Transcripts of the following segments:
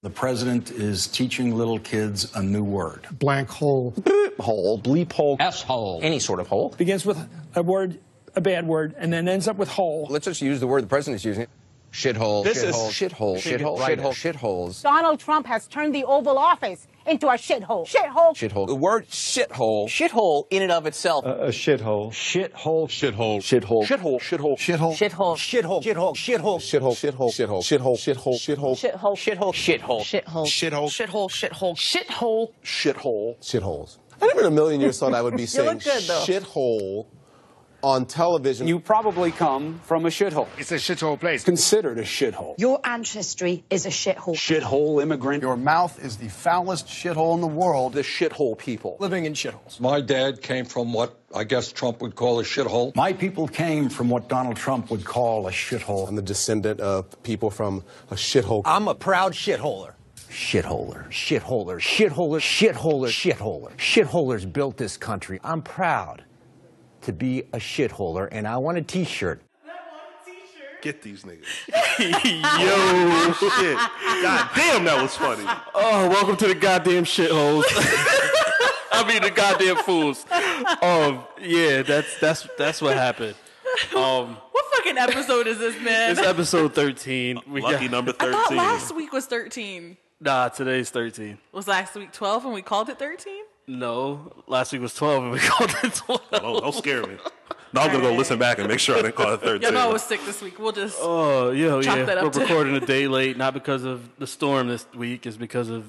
The president is teaching little kids a new word. Blank hole. Bleep hole, bleep hole, Asshole. any sort of hole. Begins with a word, a bad word, and then ends up with hole. Let's just use the word the president's using. Shithole. This is shithole, shithole, shithole, Right. shithole, shitholes. Donald Trump has turned the Oval Office into a shithole. Shithole. Shithole. The word shithole. Shithole in and of itself. Uh, a shithole. Shithole. Shithole. Shithole. Shithole. Shithole. Shithole. Shithole. Shithole. Shithole. Shithole. Shithole. Shithole. Shithole. Shithole. Shithole. Shithole. Shithole. Shithole. Shithole. Shithole. Shithole. Shithole. Shithole. Shithole. shitholes. I never in a million years thought I would be saying look good, though. shithole on television. You probably come from a shithole. It's a shithole place. Considered a shithole. Your ancestry is a shithole. Shithole immigrant. Your mouth is the foulest shithole in the world. The shithole people. Living in shitholes. My dad came from what I guess Trump would call a shithole. My people came from what Donald Trump would call a shithole. I'm the descendant of people from a shithole. I'm a proud shitholer. Shitholer, shitholer, shitholer, shitholer, shitholer. Shitholers built this country. I'm proud to be a shitholer, and I want a t shirt. Get these niggas. Yo, shit. God damn, that was funny. Oh, welcome to the goddamn shitholes. I mean the goddamn fools. Um, yeah, that's that's that's what happened. Um, What fucking episode is this, man? it's episode thirteen. We Lucky number I thought last week was 13. Nah, today's thirteen. Was last week 12 and we called it 13? No, last week was twelve, and we called it twelve. Oh, Oh, don't scare me. No, I'm gonna go listen back and make sure I didn't call it thirteen. Y'all know I was sick this week. We'll just. Oh, yeah, Chop yeah. that up We're too. recording a day late, not because of the storm this week, it's because of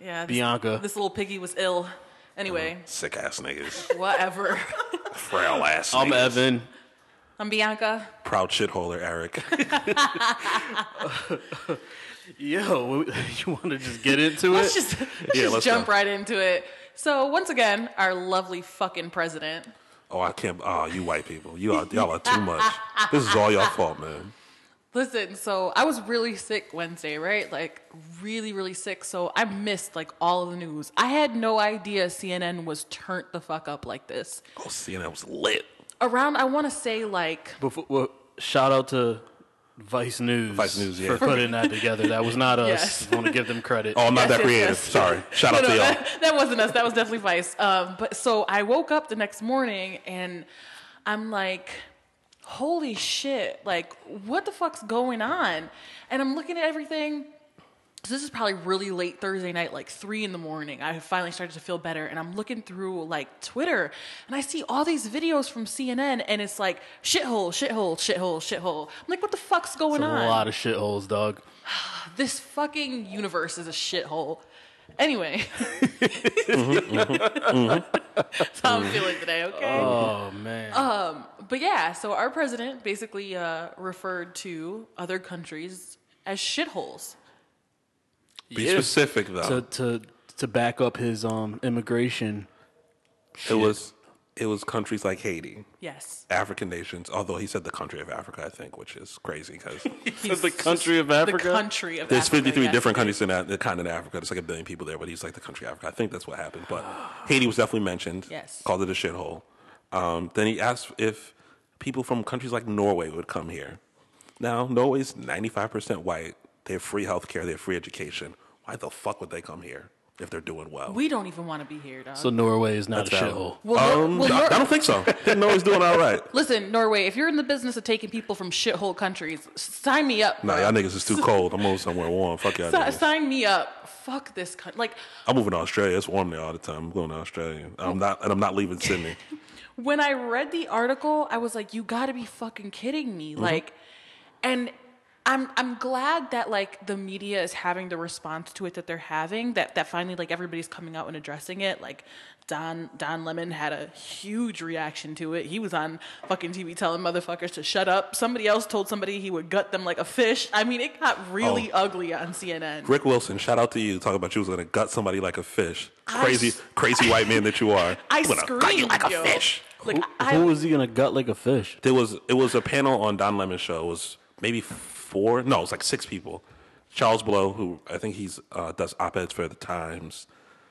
yeah, this, Bianca. This little piggy was ill. Anyway, sick ass niggas, whatever. frail ass. I'm Evan, I'm Bianca. proud shitholer Eric. Yo, you want to just get into Let's it? just, let's just jump right into it. So, once again, our lovely fucking president. Oh, I can't. Oh, you white people, you are y'all are too much. This is all y'all fault, man. Listen, so I was really sick Wednesday, right? Like really, really sick. So I missed like all of the news. I had no idea CNN was turned the fuck up like this. Oh, CNN was lit. Around, I want to say like Before, well, shout out to Vice News, Vice News, yeah. for putting that together. That was not us. Yes. Want to give them credit. Oh, I'm not Yes, that yes, creative. yes. Sorry. Shout No, no, That, that wasn't us. That was definitely Vice. Um, but so I woke up the next morning and I'm like, holy shit! Like, what the fuck's going on? And I'm looking at everything. So this is probably really late Thursday night, like three in the morning. I finally started to feel better, and I'm looking through like Twitter, and I see all these videos from CNN, and it's like shithole, shithole, shithole, shithole. I'm like, what the fuck's going It's a on? lot of shitholes, dog. this fucking universe is a shithole. Anyway, that's how I'm feeling today. Okay. Oh man. Um, but yeah, so our president basically uh, referred to other countries as shitholes. Be specific though. To to to back up his um immigration. It was it was countries like Haiti, Yes. African nations. Although he said the country of Africa, I think, which is crazy because He's the country of The Africa. country of There's Africa, 53 yes. different countries in that, the continent of Africa. There's like a billion people there, but he's like the country of Africa. I think that's what happened. But Haiti was definitely mentioned. Yes. Called it a shithole. Um, then he asked if people from countries like Norway would come here. Now, Norway's 95% white. They have free healthcare. They have free education. Why the fuck would they come here if they're doing well? We don't even want to be here, dog. Norway is not a shithole. Well, um, well, I, Nor- I don't think so. I think Norway's doing all right. Listen, Norway, if you're in the business of taking people from shithole countries, sign me up. Nah, bro. y'all niggas is too cold. I'm going somewhere warm. Fuck y'all. Si- niggas. sign me up. Fuck this country. Like, I'm moving to Australia. It's warm there all the time. I'm going to Australia. I'm not, and I'm not leaving Sydney. when I read the article, I was like, "You got to be fucking kidding me!" Mm-hmm. Like, and I'm I'm glad that like the media is having the response to it that they're having. That that finally like everybody's coming out and addressing it. Like Don Don Lemon had a huge reaction to it. He was on fucking TV telling motherfuckers to shut up. Somebody else told somebody he would gut them like a fish. I mean, it got really Oh. ugly on CNN. Rick Wilson, shout out to you. Talk about you was going to gut somebody like a fish. I Crazy, s- crazy white man that you are. I I'm gonna gut you screamed, like yo. a fish. Like, I- was he going to gut like a fish? There was it was a panel on Don Lemon's show. It was maybe four. No, it was like six people. Charles Blow, who I think he's uh, does op eds for the Times.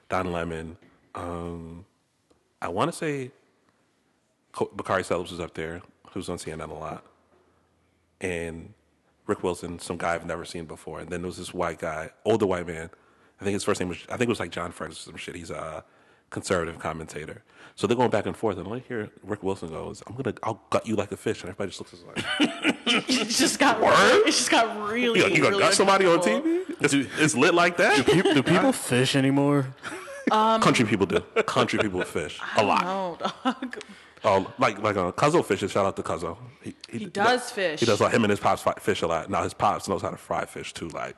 Don Lemon. Um, I want to say Co- Bakari Sellers was up there, who's on CNN a lot, and Rick Wilson, some guy I've never seen before, and then there was this white guy, older white man. I think his first name was I think it was like John Francis or some shit. He's a conservative commentator. So they're going back and forth, and all I hear Rick Wilson goes, "I'm gonna, I'll gut you like a fish," and everybody just looks at us like, it just got It just got really. "You gonna, you gonna really gut somebody on uncomfortable. TV? It's, it's lit like that." Do, Do people fish anymore? Um, Country people do. Country people fish a lot. No, dog. Um, like like uh, Cuzzo fishes. Shout out to Cuzzo. He, He does fish. He does like him and his pops fi- fish a lot. Now his pops knows how to fry fish too. Like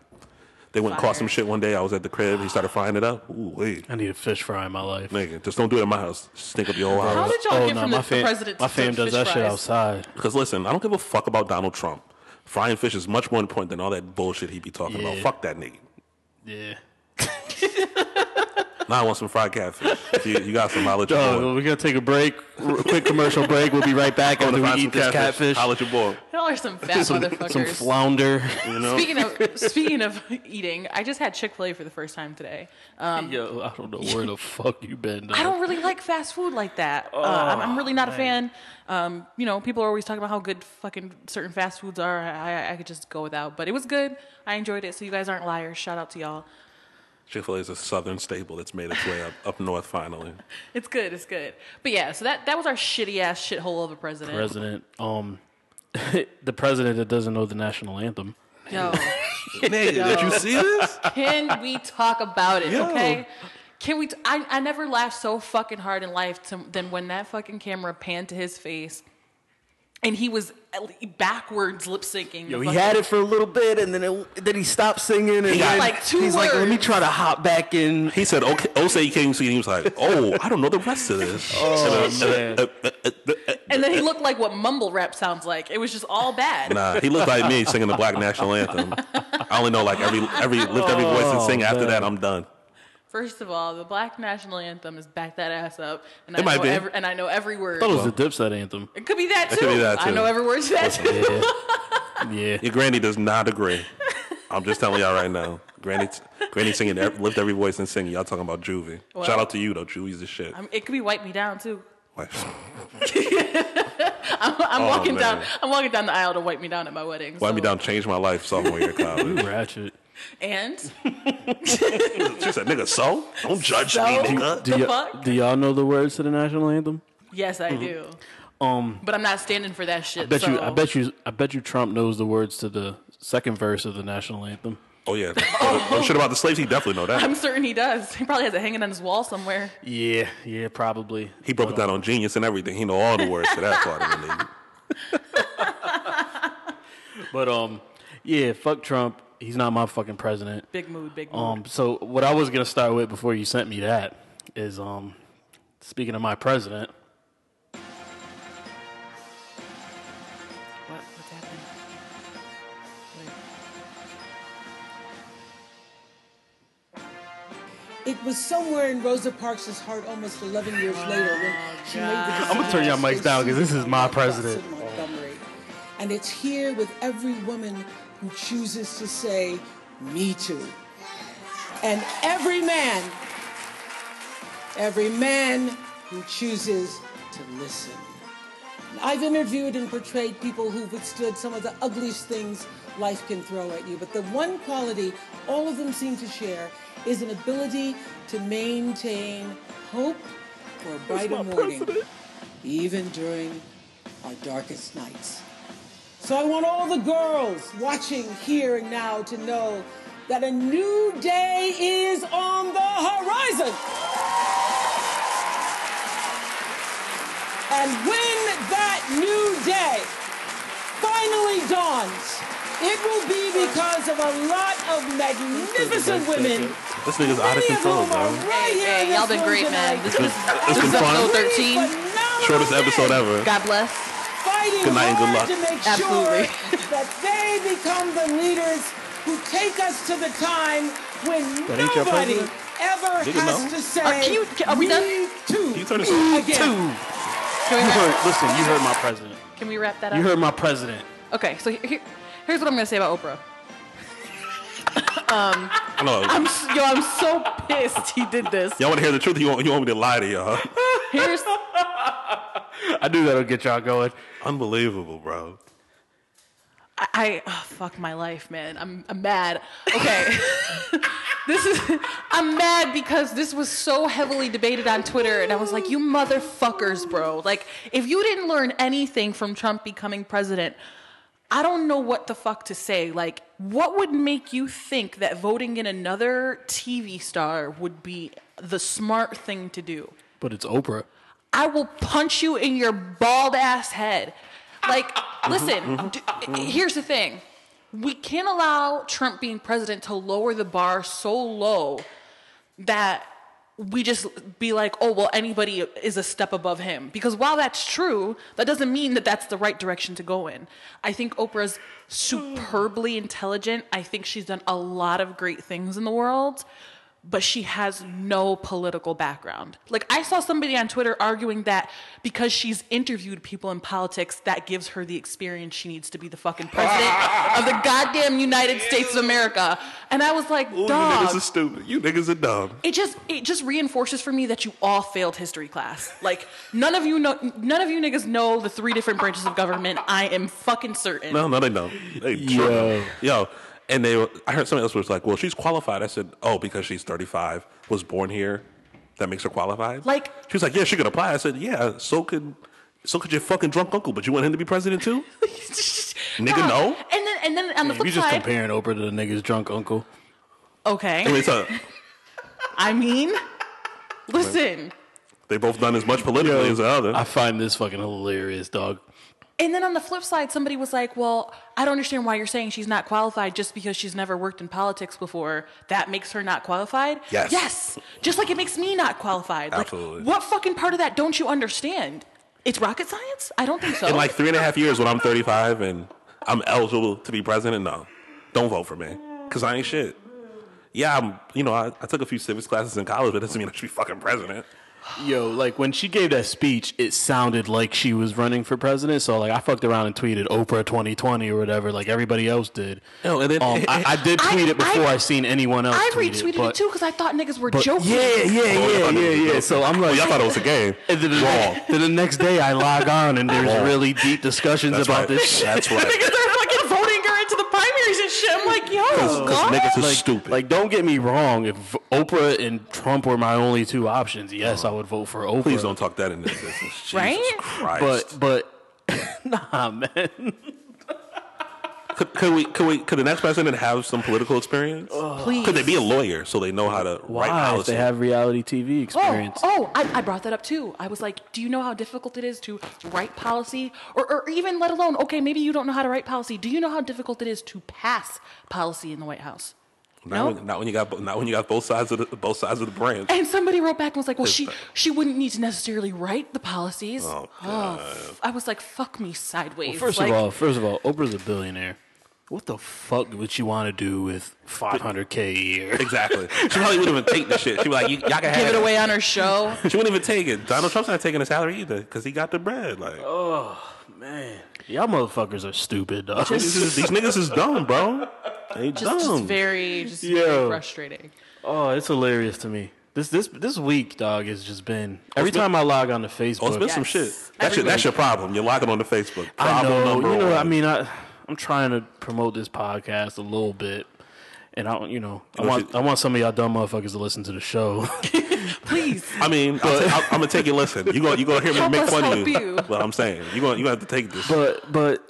they went and caught some shit one day. I was at the crib. He started frying it up. Ooh wait, I need a fish fry in my life. nigga, just don't do it in my house. Stink up your whole house. How did y'all Oh, get no, from my the, fam- the president? my to fam does fish that shit fries? outside. Because listen, I don't give a fuck about Donald Trump. Frying fish is much more important than all that bullshit he be talking about. Yeah. Fuck that nigga. Yeah. Now I want some fried catfish. you, you got some. I'll let you Dog, know. we're Oh, gonna take a break, r- quick commercial break. We'll be right back Going after to we find eat some this catfish. catfish. Holla at your boy. Y'all are some fat some, motherfuckers. some flounder. You know. Speaking of speaking of eating, I just had Chick Fil A for the first time today. Um, Yo, I don't know where the fuck you been. Dog. I don't really like fast food like that. Oh, uh, I'm, I'm really not a man. fan. Um, you know, people are always talking about how good fucking certain fast foods are. I, I, I could just go without, but it was good. I enjoyed it. So you guys aren't liars. Shout out to y'all. Chick Fil A is a southern staple that's made its way up up north finally. It's good. It's good. But yeah, so that that was our shitty ass shithole of a president. president. Um, the president that doesn't know the national anthem. Yo. Nigga, Yo. Can we talk about it? Yo. Okay. Can we? T- I, I never laughed so fucking hard in life to, than when that fucking camera panned to his face, and he was backwards lip syncing. Yo, he the fucking- had it for a little bit, and then it, then he stopped singing, and He got then like two he's like, "Let me words. try to hop back in." He said, "Okay, Osei came to you." and He was like, "Oh, I don't know the rest of this." Oh, And, uh, and, uh, uh, uh, uh, uh, And then he looked like what mumble rap sounds like. It was just all bad. Nah, he looked like me singing the Black National Anthem. I only know like every every lift every voice and sing. Oh, After man. that, I'm done. First of all, the Black National Anthem is back that ass up, and It I might know be. every, and I know every word. That was the Dipset anthem. It could be that too. It could be that, I too. know every word to that too. Yeah, your granny does not agree. I'm just telling y'all right now. Granny, granny singing ev- lift every voice and singing. Y'all talking about Juvie. Well- Shout out to you though. Juvie's the shit. I'm, it could be wipe me down too. Like, I'm, I'm Oh, walking down. man. I'm walking down the aisle to wipe me down at my wedding. Wipe me so- down. Changed my life sophomore year of college. ratchet. And She said, "Nigga, so don't judge So? me, nigga." Do, The y'all, fuck? do y'all know the words to the national anthem? Mm-hmm. yes, I do. Um, But I'm not standing for that shit. I bet so. you, I bet you, I bet you, Trump knows the words to the second verse of the national anthem. Oh yeah. Oh, oh, shit about the slaves. He definitely know that. I'm certain he does. He probably has it hanging on his wall somewhere. Yeah, yeah, probably. He broke it down on Genius and everything. He know all the words to that part of the nigga. But um, yeah, fuck Trump. He's not my fucking president. Big mood, big mood. Um, so what I was gonna start with before you sent me that is um, speaking of my president, What, what's happening? It was somewhere in Rosa Parks' heart almost 11 years later when she made the decision I'm gonna turn y'all to mics stay down because this seated is my on president. Watson Montgomery. And it's here with every woman who chooses to say, Me too. And every man, every man who chooses to listen. I've interviewed and portrayed people who've withstood some of the ugliest things life can throw at you, but the one quality all of them seem to share is an ability to maintain hope for a brighter morning, even during our darkest nights. So I want all the girls watching here and now to know that a new day is on the horizon. And when that new day finally dawns, it will be because of a lot of magnificent women. This nigga's out of control, bro. Right here in Hey, y'all this been room great, man. tonight. This was It's this been was fun. episode 13. Shortest episode ever. God bless. fighting Good night and good hard luck. to make Absolutely. sure that they become the leaders who take us to the time when That ain't your nobody president? ever Nigga, has no. to say Are- Uh, can you- uh, can- are we done? too You turn this again. Two. Can You we, heard, wrap, listen, you heard my president. can we wrap that up? You heard my president. Okay, so he- here, here's what I'm gonna say about Oprah. um, I know. I'm s- yo, I'm so pissed he did this. Y'all want to hear the truth? Or you want you want me to lie to y'all? Here's I knew that'll get y'all going. Unbelievable, bro. I, I oh, fuck my life, man. I'm, I'm mad. Okay, this is I'm mad because this was so heavily debated on Twitter, and I was like, you motherfuckers, bro. Like, if you didn't learn anything from Trump becoming president, I don't know what the fuck to say. Like, what would make you think that voting in another TV star would be the smart thing to do? But it's Oprah. I will punch you in your bald ass head. Like, listen, mhm, d- mhm. here's the thing. We can't allow Trump being president to lower the bar so low that we just be like, oh, well, anybody is a step above him. Because while that's true, that doesn't mean that that's the right direction to go in. I think Oprah's superbly intelligent. I think she's done a lot of great things in the world, but she has no political background. Like, I saw somebody on Twitter arguing that because she's interviewed people in politics, that gives her the experience she needs to be the fucking president of the goddamn United States of America. And I was like, Ooh, you dog. niggas are stupid. You niggas are dumb. It just it just reinforces for me that you all failed history class. Like none of you know none of you niggas know the three different branches of government. I am fucking certain. No, no, they don't. They Yo. Yo. Yo. And they, were- I heard somebody else was like, well, she's qualified. I said, oh, because she's 35, was born here, that makes her qualified? Like- she was like, yeah, she could apply. I said, yeah, so could, so could your fucking drunk uncle, but you want him to be president too? Nigga, no. And then and then on the you flip just side, comparing Oprah to the nigga's drunk uncle. okay. I mean, so I mean, listen. they both done as much politically as the other. I find this fucking hilarious, dog. And then on the flip side, somebody was like, "Well, I don't understand why you're saying she's not qualified just because she's never worked in politics before. That makes her not qualified." Yes. Yes. Just like it makes me not qualified. Like, Absolutely. what fucking part of that don't you understand? It's rocket science? I don't think so. In like three and a half years when I'm 35 and I'm eligible to be president, no, don't vote for me because I ain't shit. Yeah, I'm, you know, I, I took a few civics classes in college, but that doesn't mean I should be fucking president. Yo, like when she gave that speech, it sounded like she was running for president. So like I fucked around and tweeted Oprah 2020 or whatever, like everybody else did. Oh, and then- um, I, I did tweet it before I, seen anyone else. I tweet retweeted but- it too because I thought niggas were but- joking. Oh, Yeah, yeah, yeah, yeah, yeah. joking. So I'm like, Oh, y'all thought it was a game. And then the, Wrong. then the next day, I log on and there's Wrong. really deep discussions That's about right. this. Shit. That's right. Niggas are fucking voting her into the primaries and shit. I'm like, yo, God. "Oh, like, stupid. Like, don't get me wrong. If Oprah and Trump were my only two options, yes, I would vote for Oprah. Please don't talk that in this business. right? Christ. But but nah, man. Could, could we? Could we? Could the next president have some political experience? Please. Could they be a lawyer so they know how to write Why? If policy? they have reality TV experience. Oh, oh I, I brought that up too. I was like, do you know how difficult it is to write policy? Or, or even let alone, okay, maybe you don't know how to write policy. Do you know how difficult it is to pass policy in the White House? not, when, not when you got. bo- Not when you got both sides of the both sides of the branch. And somebody wrote back and was like, well, she, she wouldn't need to necessarily write the policies. Oh, f- I was like, fuck me sideways. first Like, of all, first of all, Oprah's a billionaire. What the fuck would she want to do with 500k a year? Exactly. She probably wouldn't even take the shit. She'd be like, you, "Y'all can give have it away on her show. She wouldn't even take it. Donald Trump's not taking a salary either because he got the bread. Like Oh man, y'all motherfuckers are stupid. Dog. these, niggas is, these niggas is dumb, bro. They Just, dumb. just very, just very Yo. frustrating. Oh, it's hilarious to me. This this this week, dog, has just been every it's been- time I log on to Facebook. Oh, it's been some shit. That's your, that's your problem. You're locking on the Facebook. Problem I know. number You know. one. I mean, I I'm trying to promote this podcast a little bit, and I don't. You know, I You know, want I want some of y'all dumb motherfuckers to listen to the show. I mean, I'll ta- I'm gonna take your lesson. You gonna you gonna hear me Help make us fun help of you. you. But I'm saying you gonna you gonna have to take this. but but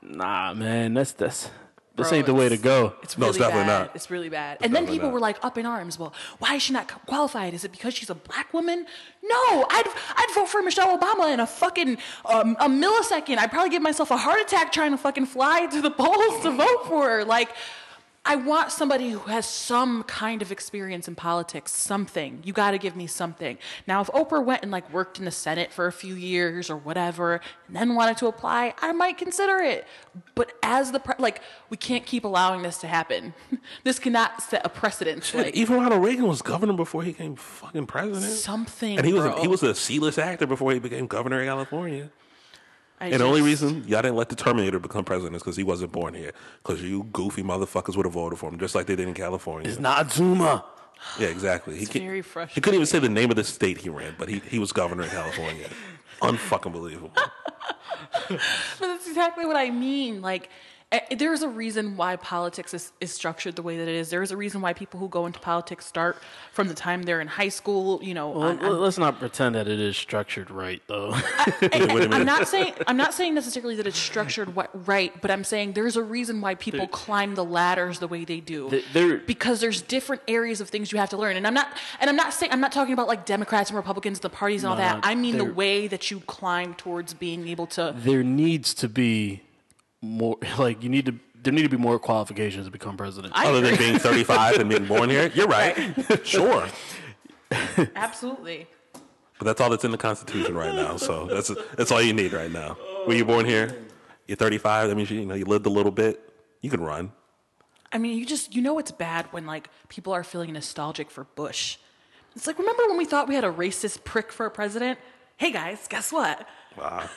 nah, man, that's that's this ain't the way to go. It's really bad. It's really bad. and then definitely people not. were like up in arms. Well, why is she not qualified? Is it because she's a black woman? No, I'd I'd vote for Michelle Obama in a fucking um, a millisecond. I'd probably give myself a heart attack trying to fucking fly to the polls to vote for her. Like. I want somebody who has some kind of experience in politics, something. You got to give me something. Now, if Oprah went and like worked in the Senate for a few years or whatever, and then wanted to apply, I might consider it. But as the pre- like, we can't keep allowing this to happen. this cannot set a precedent. Shit, like, even Ronald Reagan was governor before he became fucking president. Something, And he was a, bro. he was a C-list actor before he became governor of California. I and the only just- reason y'all didn't let the Terminator become president is because he wasn't born here. Because you goofy motherfuckers would have voted for him, just like they did in California. It's not Zuma. Yeah, exactly. He, It's can't- very he couldn't even say the name of the state he ran, but he, he was governor of California. Unfucking believable. but that's exactly what I mean. Like, eh, there's a reason why politics is, is structured the way that it is. There's a reason why people who go into politics start from the time they're in high school. You know, Well, on- on- let's not pretend that it is structured right, though. I'm not saying I'm not saying necessarily that it's structured wh- right, but I'm saying there's a reason why people There- climb the ladders the way they do. There- there- because there's different areas of things you have to learn, and I'm not and I'm not saying I'm not talking about like Democrats and Republicans and the parties and all No, that. no, I mean the there- way that you climb towards being able to. there needs to be more. Like you need to. There need to be more qualifications to become president, I Other than agree. being 35 and being born here. You're right. sure. Absolutely. But that's all that's in the Constitution right now. So that's that's all you need right now. Were you born here? You're 35. That means you, you know you lived a little bit. You can run. I mean, you just you know it's bad when like people are feeling nostalgic for Bush. It's like remember when we thought we had a racist prick for a president? Hey guys, guess what? Wow.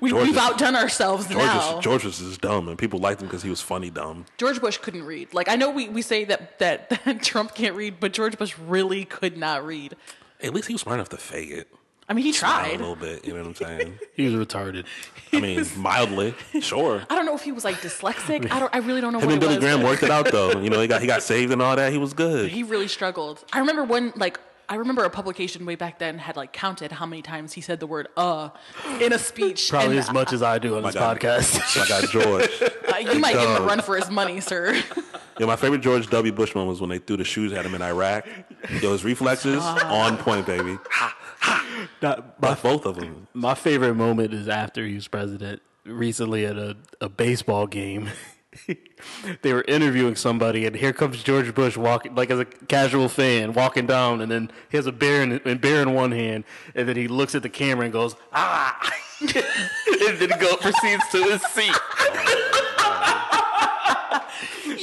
We, George we've is- outdone ourselves George now. was, George was just dumb, and people liked him because he was funny dumb. George Bush couldn't read. Like I know we, we say that, that that Trump can't read, but George Bush really could not read. At least he was smart enough to fake it. I mean, he Smile tried. a little bit. You know what I'm saying? he was retarded. I mean, mildly, sure. I don't know if he was like dyslexic. I don't. I really don't know. Him what and it Billy was, Graham but- worked it out though. You know, he got he got saved and all that. He was But good. he really struggled. I remember one like I remember a publication way back then had like counted how many times he said the word "uh" in a speech. Probably and, as much as I do on My this God. podcast. I got George. uh, you might give him a Dog. run for his money, sir. Yo, my favorite George W. Bush moment was when they threw the shoes at him in Iraq. Yo, his reflexes on point, baby. Ha, ha. Like both of them. My favorite moment is after he was president. Recently, at a, a baseball game, they were interviewing somebody, and here comes George Bush walking, like as a casual fan, walking down, and then he has a beer in, and beer in one hand, and then he looks at the camera and goes, "Ah!" and then go proceeds to his seat.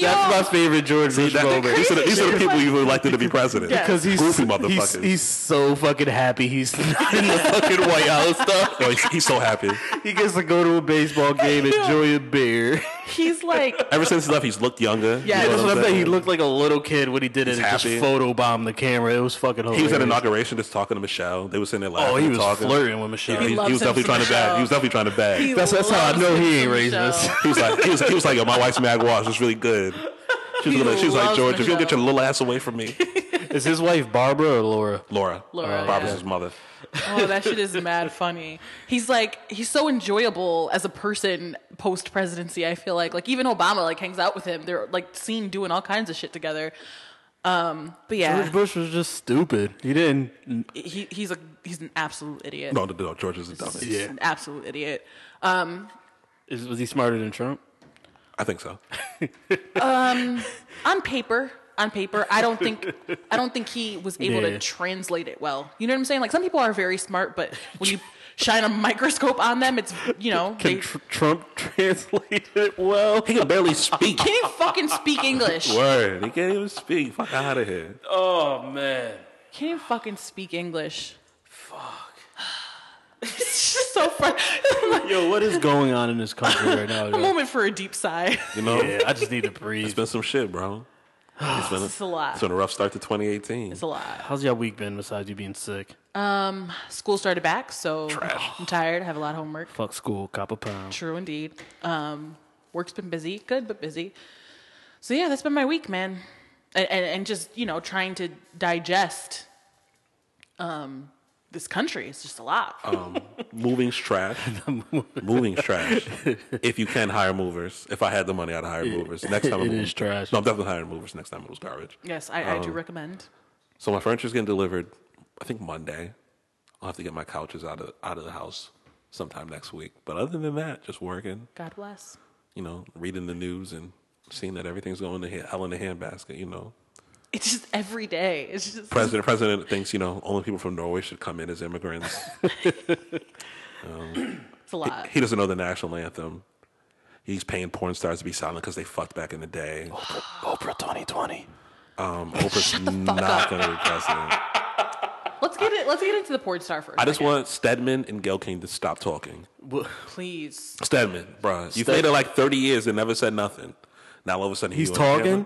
That's my favorite George Bush That- moment. these, are the, these are the people you would like to be president. Because he's, Goofy he's motherfuckers. he's so fucking happy he's not in the fucking White House stuff. Yo, Oh, he's, he's so happy. He gets to go to a baseball game, enjoy a beer. He's like Ever since he left, he's looked younger. Yeah, You know that's what I'm saying. He He, looked like a little kid when he did it. He's and just happy. photobombed the camera. It was fucking hilarious. was at inauguration just talking to Michelle. They were sitting there laughing. Oh, he and was talking. flirting with Michelle. He, He he loves was him definitely some trying to bag. Michelle. He was definitely trying to bag. He That's- that's how I loves know he him ain't some racist. Michelle. He was like, he was, he was like, yo, my wife's Mag Wash is really good. She was, He gonna, she was like, loves George, if you don't get Michelle. your little ass away from me. Is his wife Barbara or Laura? uh, Laura. Laura, Barbara's yeah. his mother. Oh, that shit is mad funny. He's like he's so enjoyable as a person post presidency. I feel like like even Obama like hangs out with him. They're like seen doing all kinds of shit together. Um, but yeah, George Bush was just stupid. He didn't. he he's a he's an absolute idiot. No, no, no, George is a dumbass. He's just an absolute idiot. Um, Is, was he smarter than Trump? I think so. um, on paper, on paper, I don't think I don't think he was able Yeah. to translate it well. You know what I'm saying? Like some people are very smart, but when you shine a microscope on them, it's you know Can they tr- Trump translate it well? He could barely speak. can't even fucking speak English. Word. He can't even speak. Fuck out of here. Oh man. Can't even fucking speak English. Fuck. it's just so fun. Yo, what is going on in this country right now? a yo? moment for a deep sigh. You know? Yeah, I just need to breathe. It's been some shit, bro. It's been, It's a lot. It's been a rough start to 2018. It's a lot. How's y'all week been besides you being sick? Um, school started back, so I'm tired. I have a lot of homework. Fuck school, cop a pound. True indeed. Um, work's been busy, good but busy. So yeah, that's been my week, man, and and, and just you know trying to digest um this country. It's just a lot. Um, moving's trash. moving's trash. If you can hire movers, if I had the money, I'd hire movers. Next time, I'm It moving- is trash. No, I'm definitely hiring movers. Next time, it was garbage. yes, I, I do Um, recommend. So my furniture's getting delivered. I think Monday. I'll have to get my couches out of out of the house sometime next week. But other than that, just working. God bless. You know, reading the news and seeing that everything's going to hell- hell in the handbasket. You know, It's just every day. It's just president president thinks you know only people from Norway should come in as immigrants. Um, It's a lot. He, he doesn't know the national anthem. He's paying porn stars to be silent because they fucked back in the day. Oprah, 2020. Um, Oprah's not going to be president. Let's get it. Let's get into the porn star first. I just want Stedman and Gail King to stop talking. please. Stedman, bruh, you've Sted- made it like 30 years and never said nothing. Now all of a sudden he He's on camera. talking?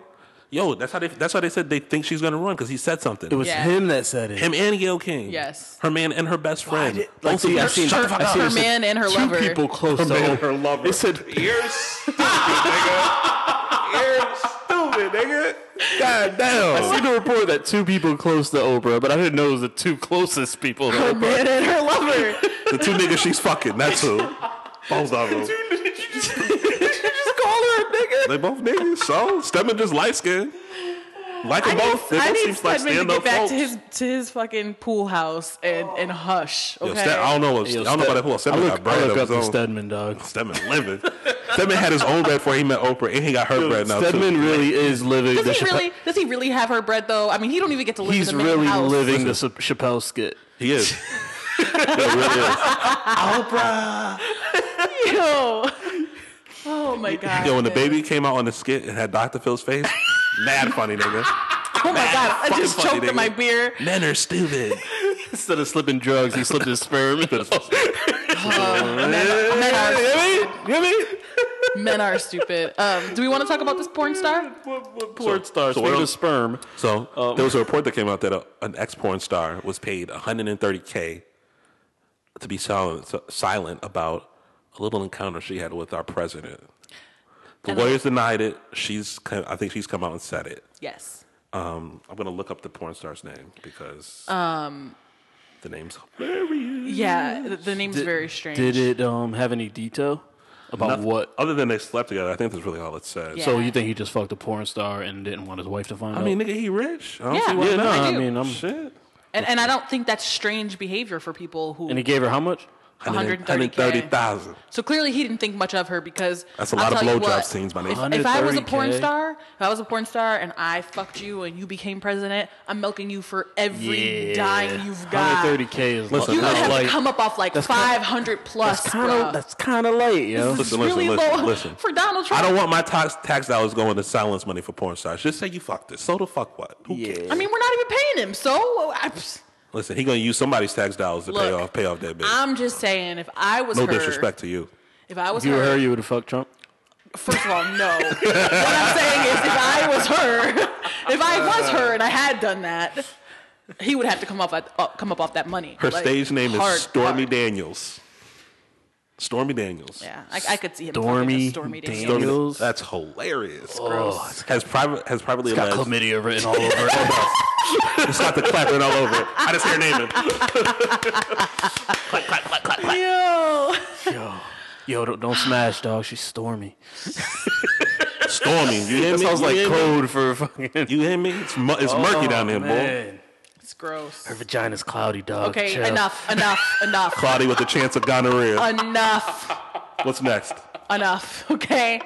Yo, that's how they. That's why they said they think she's gonna run because he said something. It was Yeah. him that said it. Him and Gail King. Yes. Her man and her best friend. did- like, Both of see, you. I've seen- Shut the I've fuck up. seen Her man and her two lover. people close to man, her lover. They said You're stupid, nigga. You're stupid, nigga. God damn. I seen a report that two people close to Oprah, but I didn't know it was the two closest people. To Her Oprah. man and her lover. The two niggas she's fucking. That's who. Both of them. Just call her a nigga. They both niggas. So Stedman just light skin. Like them both. They I both need seems like Stedman to stand get up back folks. to his to his fucking pool house and, and hush. Okay. Yo, Sted, I don't know. If, Yo, I don't Sted- know about that pool. I Stedman look- got bread. I look of up his to own. Stedman, dog. Stedman living. Stedman had his own bread before he met Oprah, and he got her Yo, bread now. Stedman too. really is living. the Does he Chappelle- really? Does he really have her bread though? I mean, he don't even get to live He's in the main really house. living the Cha- Chappelle skit. He is. Oprah. Yo. Oh my god. Yo, when the baby came out on the skit and had Dr. Phil's face, mad funny nigga. Oh my god! I fucking just funny, choked nigga. on my beer. Men are stupid. Instead of slipping drugs, he slipped his sperm. Men are, you mean? men are stupid. Um, do we want to talk about this porn star? Porn star, so so, what of else- sperm. So there was a report that came out that a, an ex porn star was paid 130k to be silent, silent about a little encounter she had with our president. The And- lawyers denied it. She's, come- I think she's come out and said it. Yes. Um, I'm gonna look up the porn star's name because Um, the name's yeah, the, the name's very strange. Did it um, have any detail about Nothing- what? Other than they slept together, I think that's really all it says. So you think he just fucked a porn star and didn't want his wife to find I out? mean, nigga, he rich. I don't Yeah. see why yeah, no, not. I, mean, I'm. Shit. And, and I don't think that's strange behavior for people who. And he gave her how much? 130K. 130,000. So clearly, he didn't think much of her because That's a I'll lot of tell you blowjob what, scenes, my If, nigga. if I was a 130K. porn star, if I was a porn star, and I fucked you and you became president, I'm milking you for every dime you've got. 130k is Listen, You're gonna that's have like- to come up off like that's kinda- 500 plus. That's kinda- bruh. that's kind of late, yo. This Listen, is listen, really listen, low listen. for Donald Trump. I don't want my tax tax dollars going to silence money for porn stars. Just say you fucked it. So the fuck what? Who cares? I mean, we're not even paying him, so I, listen, he gonna use somebody's tax dollars to pay Look, off pay off that bitch. I'm just saying, if I was No her, disrespect to you. if I was If you were her, her, you would have fucked Trump. First of all, no. what I'm saying is, if I was her, if I was her and I had done that, he would have to come up at, uh, come up off that money. Her Like, stage name hard, is Stormy hard. Daniels. Stormy Daniels. Yeah, I, I could see him. Stormy Stormy, Stormy Daniels. Stormy- Daniels. That's hilarious. Gross. Has private has privately It's got alleged- chlamydia written all over it. It's got the clap written all over it. I just hear naming. Yo. Yo, yo, don't, don't smash, dog. She's stormy. Stormy. You hear That me? sounds You like hear me? code for fucking. You hear me? It's, mu- it's murky Oh, down here, boy. man. It's gross. Her vagina's cloudy, dog. Okay, Chill. enough, enough, enough, Cloudy with a chance of gonorrhea. enough, What's next? enough. Okay.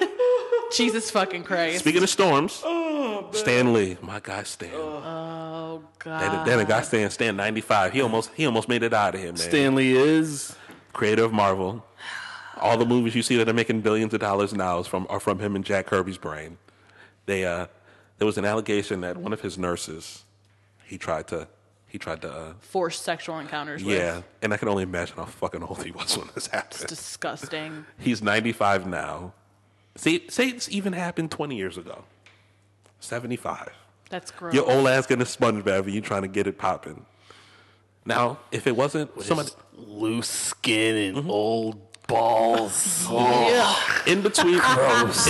Jesus fucking Christ. Speaking of storms, oh, Stan Lee. My guy, Stan. oh That, God. that guy Stan, Stan 95. He almost he almost made it out of here, man. Stanley is. Creator of Marvel. All the movies you see that are making billions of dollars now is from are from him and Jack Kirby's brain. They uh there was an allegation that one of his nurses he tried to he tried to uh Forced sexual encounters. with. yeah, and I can only imagine how fucking old he was when this happened. Disgusting. He's 95 now. See, say this even happened 20 years ago. 75. That's gross. Your old ass getting a sponge bath and you trying to get it popping. Now, if it wasn't somebody loose skin and old balls. in between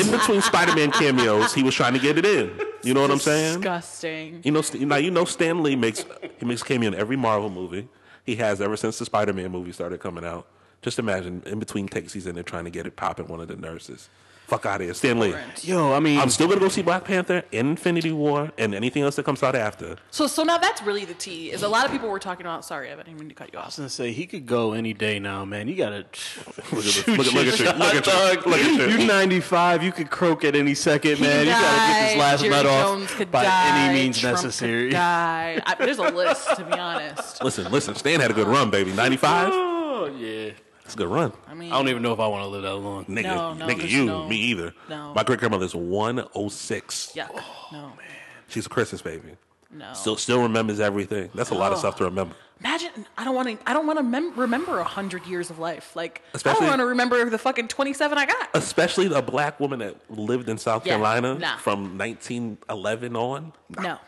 in between Spider-Man cameos, he was trying to get it in. You know what I'm saying? Disgusting. You know, St- now you know Stan Lee makes he makes cameo in every Marvel movie. He has ever since the Spider-Man movie started coming out. Just imagine in between takes, he's in there trying to get it popping. One of the nurses, fuck out of here, Stan Lee. Yo, I mean, I'm still gonna go see Black Panther, Infinity War, and anything else that comes out after. So, so now that's really the tea. Is a lot of people were talking about. Sorry, Evan, I didn't mean to cut you off. gonna say he could go any day now, man. You gotta Look at, this, look, at, look at you, look at you, look at you. You 95, you could croak at any second, He man. you gotta get died, this last Jerry nut Jones off could by die, any means Trump could necessary. Die. I, there's a list, to be honest. Listen, listen, Stan had a good run, baby. 95, Oh yeah. that's a good run. I mean, I don't even know if I want to live that long. Nigga, No, no, nigga, there's you, no- me either. no. My oh great grandmother's 106. Yuck. no. Oh, She's a Christmas baby. No. Still, still remembers everything. That's a lot of Oh. stuff to remember. Imagine I don't want to. I don't want to mem- remember a hundred years of life. Like I Especially- don't want to remember the fucking twenty seven I got. Especially the black woman that lived in South Yeah, Carolina nah. from 1911 on. Oh, No,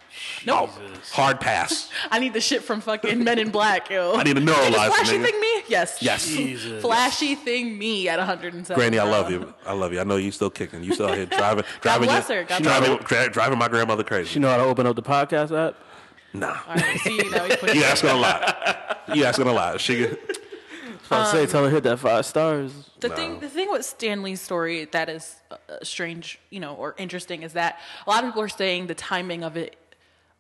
no. Hard pass. I need the shit from fucking Men in Black. Yo. I need to You neuralize, Flashy nigga. thing me. Yes. Yes. Jesus. Flashy thing me at one hundred and seven. Granny, I love you. I love you. I know you still kicking. You still out here driving, driving, bless your- her. God bless driving, dri- driving my grandmother crazy. You know how to open up the podcast app? Nah. See, you know, he's pushing you asking a lot. You asking a lot. She. I was about to say, tell her hit that five stars. The thing, the thing with Stanley's story that is uh, uh, strange, you know, or interesting is that a lot of people are saying the timing of it,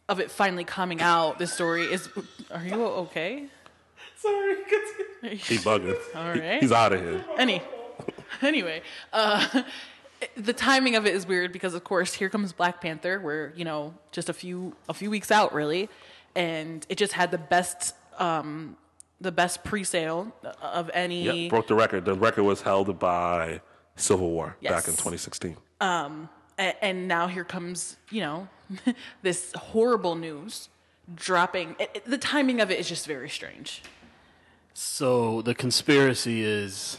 of it finally coming out. This story is. Are you okay? Sorry. He bugging. All He- right. he's out of here. Any, anyway, uh, the timing of it is weird because, of course, here comes Black Panther. We're you know just a few a few weeks out really, and it just had the best um, the best pre-sale of any. Yep, broke the record. The record was held by Civil War Yes. back in 2016. Um, and, and now here comes, you know, this horrible news dropping. It, it- the timing of it is just very strange. So the conspiracy is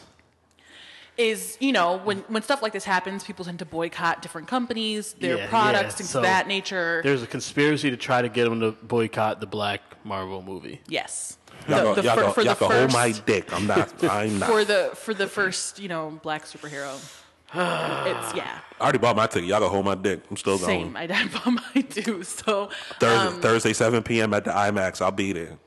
Is you know when when stuff like this happens, people tend to boycott different companies, their Yeah, yeah, products, things so of that nature. there's a conspiracy to try to get them to boycott the black Marvel movie. yes, Y'all The- go, the y'all fir- go, for the y'all go hold first- my dick. I'm not. I'm not. for the for the first you know black superhero. it's yeah, I already bought my ticket. Y'all go hold my dick. I'm still same. going. My dad bought my too, so Thursday, um, Thursday, 7 p.m. at the IMAX. I'll be there.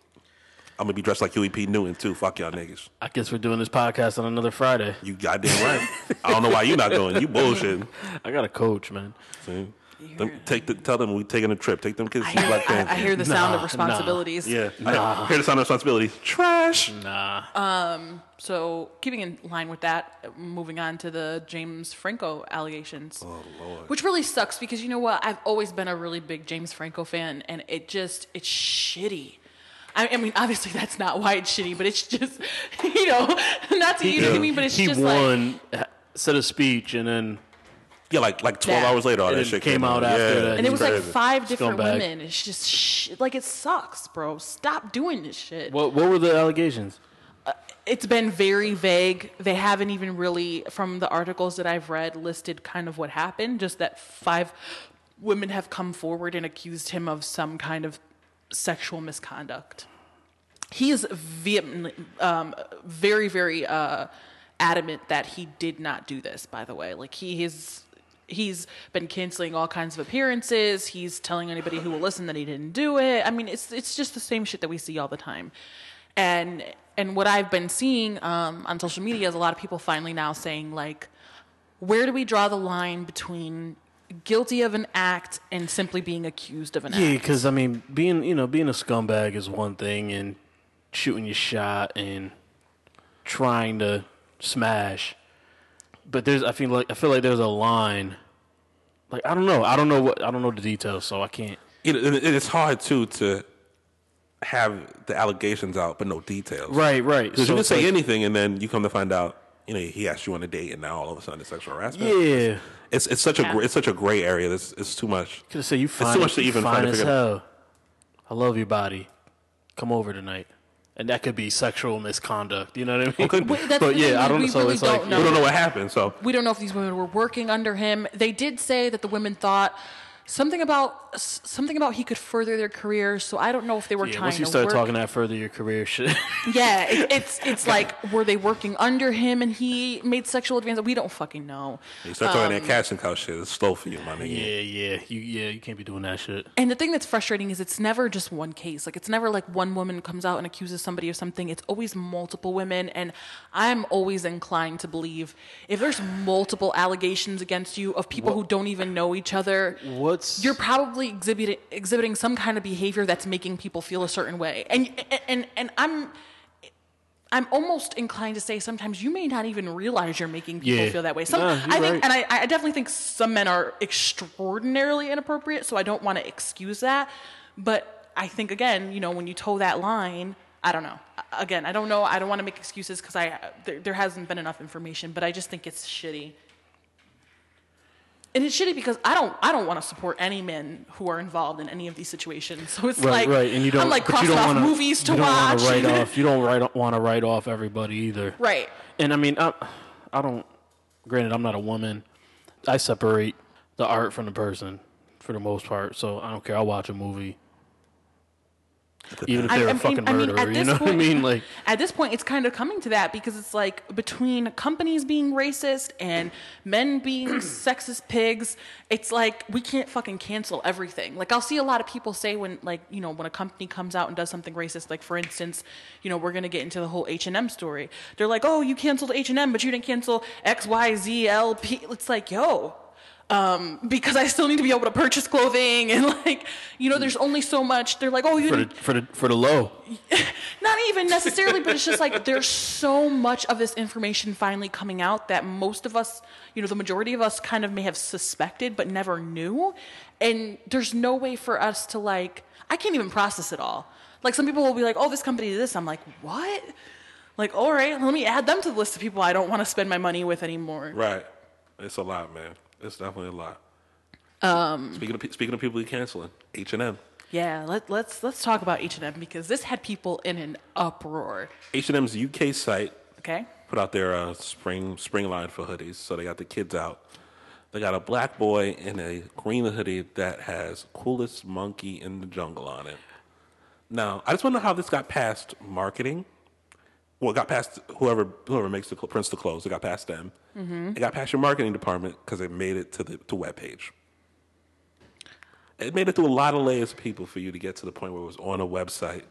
I'm gonna be dressed like Huey P. Newton too. Fuck y'all niggas. I guess we're doing this podcast on another Friday. You goddamn right. I don't know why you not going. You bullshitting. I got a coach, man. See? Them, take the, tell them we taking a trip. Take them kids to see Black I- I Panther. hear the sound of Nah, responsibilities. nah. Yeah, Nah. I hear the sound of responsibilities. Trash. Nah. Um, so keeping in line with that, moving on to the James Franco allegations, Oh, which really sucks because you know what? I've always been a really big James Franco fan, and it just it's shitty. I, I mean, obviously that's not why it's shitty, but it's just you know, not to you know what I mean, but it's he just like won, uh, said a speech, and then yeah, like like 12 Yeah. hours later, all and that it shit came came out out. after Yeah. that. and it was like crazy. five different Scumbag. women. It's just sh- like it sucks, bro. Stop doing this shit. Uh, What what were the allegations? it's been very vague. They haven't even really, from the articles that I've read, listed kind of what happened. Just that five women have come forward and accused him of some kind of sexual misconduct. He is vehemently, um, very, very uh, adamant that he did not do this. By the way, like he is. He's been canceling all kinds of appearances. He's telling anybody who will listen that he didn't do it. I mean, it's it's just the same shit that we see all the time and and what I've been seeing um, on social media is a lot of people finally now saying like, where do we draw the line between guilty of an act and simply being accused of an Yeah, act? because I mean, being you know being a scumbag is one thing, and shooting your shot and trying to smash. But there's, I feel like I feel like there's a line. Like I don't know, I don't know what I don't know the details, so I can't. It, it, it's hard too to have the allegations out, but no details. Right, right. Because So you can it's say like- anything, and then you come to find out, you know, he asked you on a date, and now all of a sudden it's sexual harassment. Yeah. It's it's such a Yeah. gr- it's such a gray area. It's, it's too much. Could say you It's too fine. much to you even fine try to as figure it hell. I love your body. Come over tonight, and that could be sexual misconduct. You know what I mean? Well, that's but the thing, yeah, I don't. we so really it's like don't know. We don't know what happened. So We don't know if these women were working under him. They did say that the women thought something about s- something about he could further their careers. So I don't know if they were yeah, trying once you to start work talking that further, your career shit. Yeah, it, it's it's like were they working under him and he made sexual advances? We don't fucking know. You start talking Um, that cash and cow shit. It's slow for you, my nigga. yeah, yeah. You yeah, you can't be doing that shit. And the thing that's frustrating is it's never just one case. Like it's never like one woman comes out and accuses somebody of something. It's always multiple women and I'm always inclined to believe if there's multiple allegations against you of people who don't even know each other, what's you're probably exhibiting exhibiting some kind of behavior that's making people feel a certain way. And and and I'm I'm almost inclined to say sometimes you may not even realize you're making people Yeah. feel that way. Some, No, I you're think, right. and I, I definitely think some men are extraordinarily inappropriate. So I don't want to excuse that, but I think again, you know, when you toe that line, I don't know. A- Again, I don't know. I don't want to make excuses because I there, there hasn't been enough information, but I just think it's shitty. and it's shitty because I don't I don't want to support any men who are involved in any of these situations. So it's right, like right, and you don't. I'm like but you crossing don't off wanna, movies to you don't watch. Wanna write off, you don't write, want to write off everybody either. Right. And I mean, I, I don't. Granted, I'm not a woman. I separate the art from the person for the most part. So I don't care. I'll watch a movie, even if I- they're a I mean- fucking I mean, murderer. at you this know what I point- mean? Like, At this point, it's kind of coming to that because it's like between companies being racist and men being sexist pigs, it's like we can't fucking cancel everything. Like, I'll see a lot of people say when, like, you know, when a company comes out and does something racist, like, for instance, you know, we're going to get into the whole H&M story. They're like, oh, you canceled H&M, but you didn't cancel X, Y, Z, L, P. It's like, yo. Um, because I still need to be able to purchase clothing and like, you know, there's only so much. They're like, oh, you for didn't the for the for the low. not even necessarily, but it's just like there's so much of this information finally coming out that most of us, you know, the majority of us kind of may have suspected but never knew. And there's no way for us to like, I can't even process it all. Like some people will be like, oh, this company did this. I'm like, what? Like, all right, let me add them to the list of people I don't want to spend my money with anymore. Right. It's a lot, man. It's definitely a lot. Um, Speaking of pe- speaking of people you canceling, H and M. yeah, let, let's let's talk about H and M because this had people in an uproar. H and M's UK site Okay. put out their uh, spring spring line for hoodies, so they got the kids out. They got a black boy in a green hoodie that has coolest monkey in the jungle on it. Now, I just want to know how this got past marketing. Well, it got past whoever whoever makes the cl- prints the clothes. It got past them. Mhm. It got past your marketing department because it made it to the to webpage. It made it through a lot of layers of people for you to get to the point where it was on a website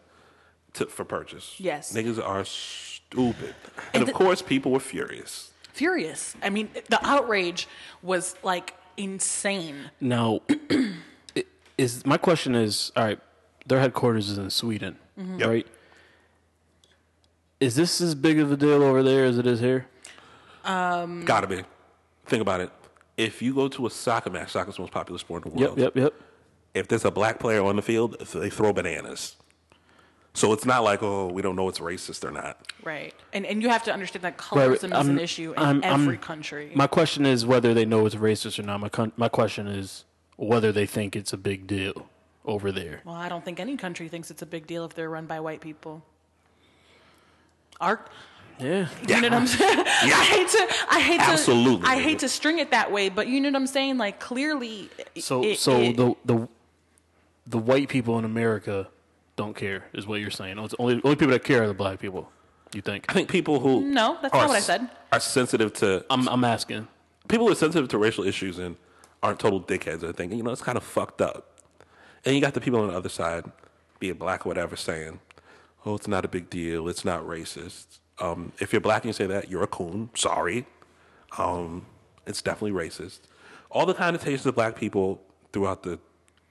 to, for purchase. Yes. niggas are stupid, and, of course, people were furious. furious. I mean, the outrage was like insane. Now, i- is my question is all right? Their headquarters is in Sweden, Mhm. Yep. right? Is this as big of a deal over there as it is here? Um, Gotta be. Think about it. If you go to a soccer match, soccer's the most popular sport in the Yep, world. yep, yep. If there's a black player on the field, they throw bananas. So it's not like, oh, we don't know it's racist or not. Right, and and you have to understand that Right, colorism is I'm- an issue in I'm- I'm- every country. My question is whether they know it's racist or not. My con- my question is whether they think it's a big deal over there. well, I don't think any country thinks it's a big deal if they're run by white people. Our, Yeah, you know what I'm saying? I hate to, I hate Absolutely. to, I hate to string it that way, but you know what I'm saying? Like clearly, i- So it- so it- the the the white people in America don't care is what you're saying. It's only only people that care are the black people. You think? I think people who no, that's not what I said. Are sensitive to. I'm, I'm asking. People who are sensitive to racial issues and aren't total dickheads are thinking, you know, it's kind of fucked up. And you got the people on the other side, be it black or whatever, saying, oh, it's not a big deal. It's not racist. Um, if you're black and you say that, you're a coon. Sorry. Um, it's definitely racist. All the connotations of black people throughout the,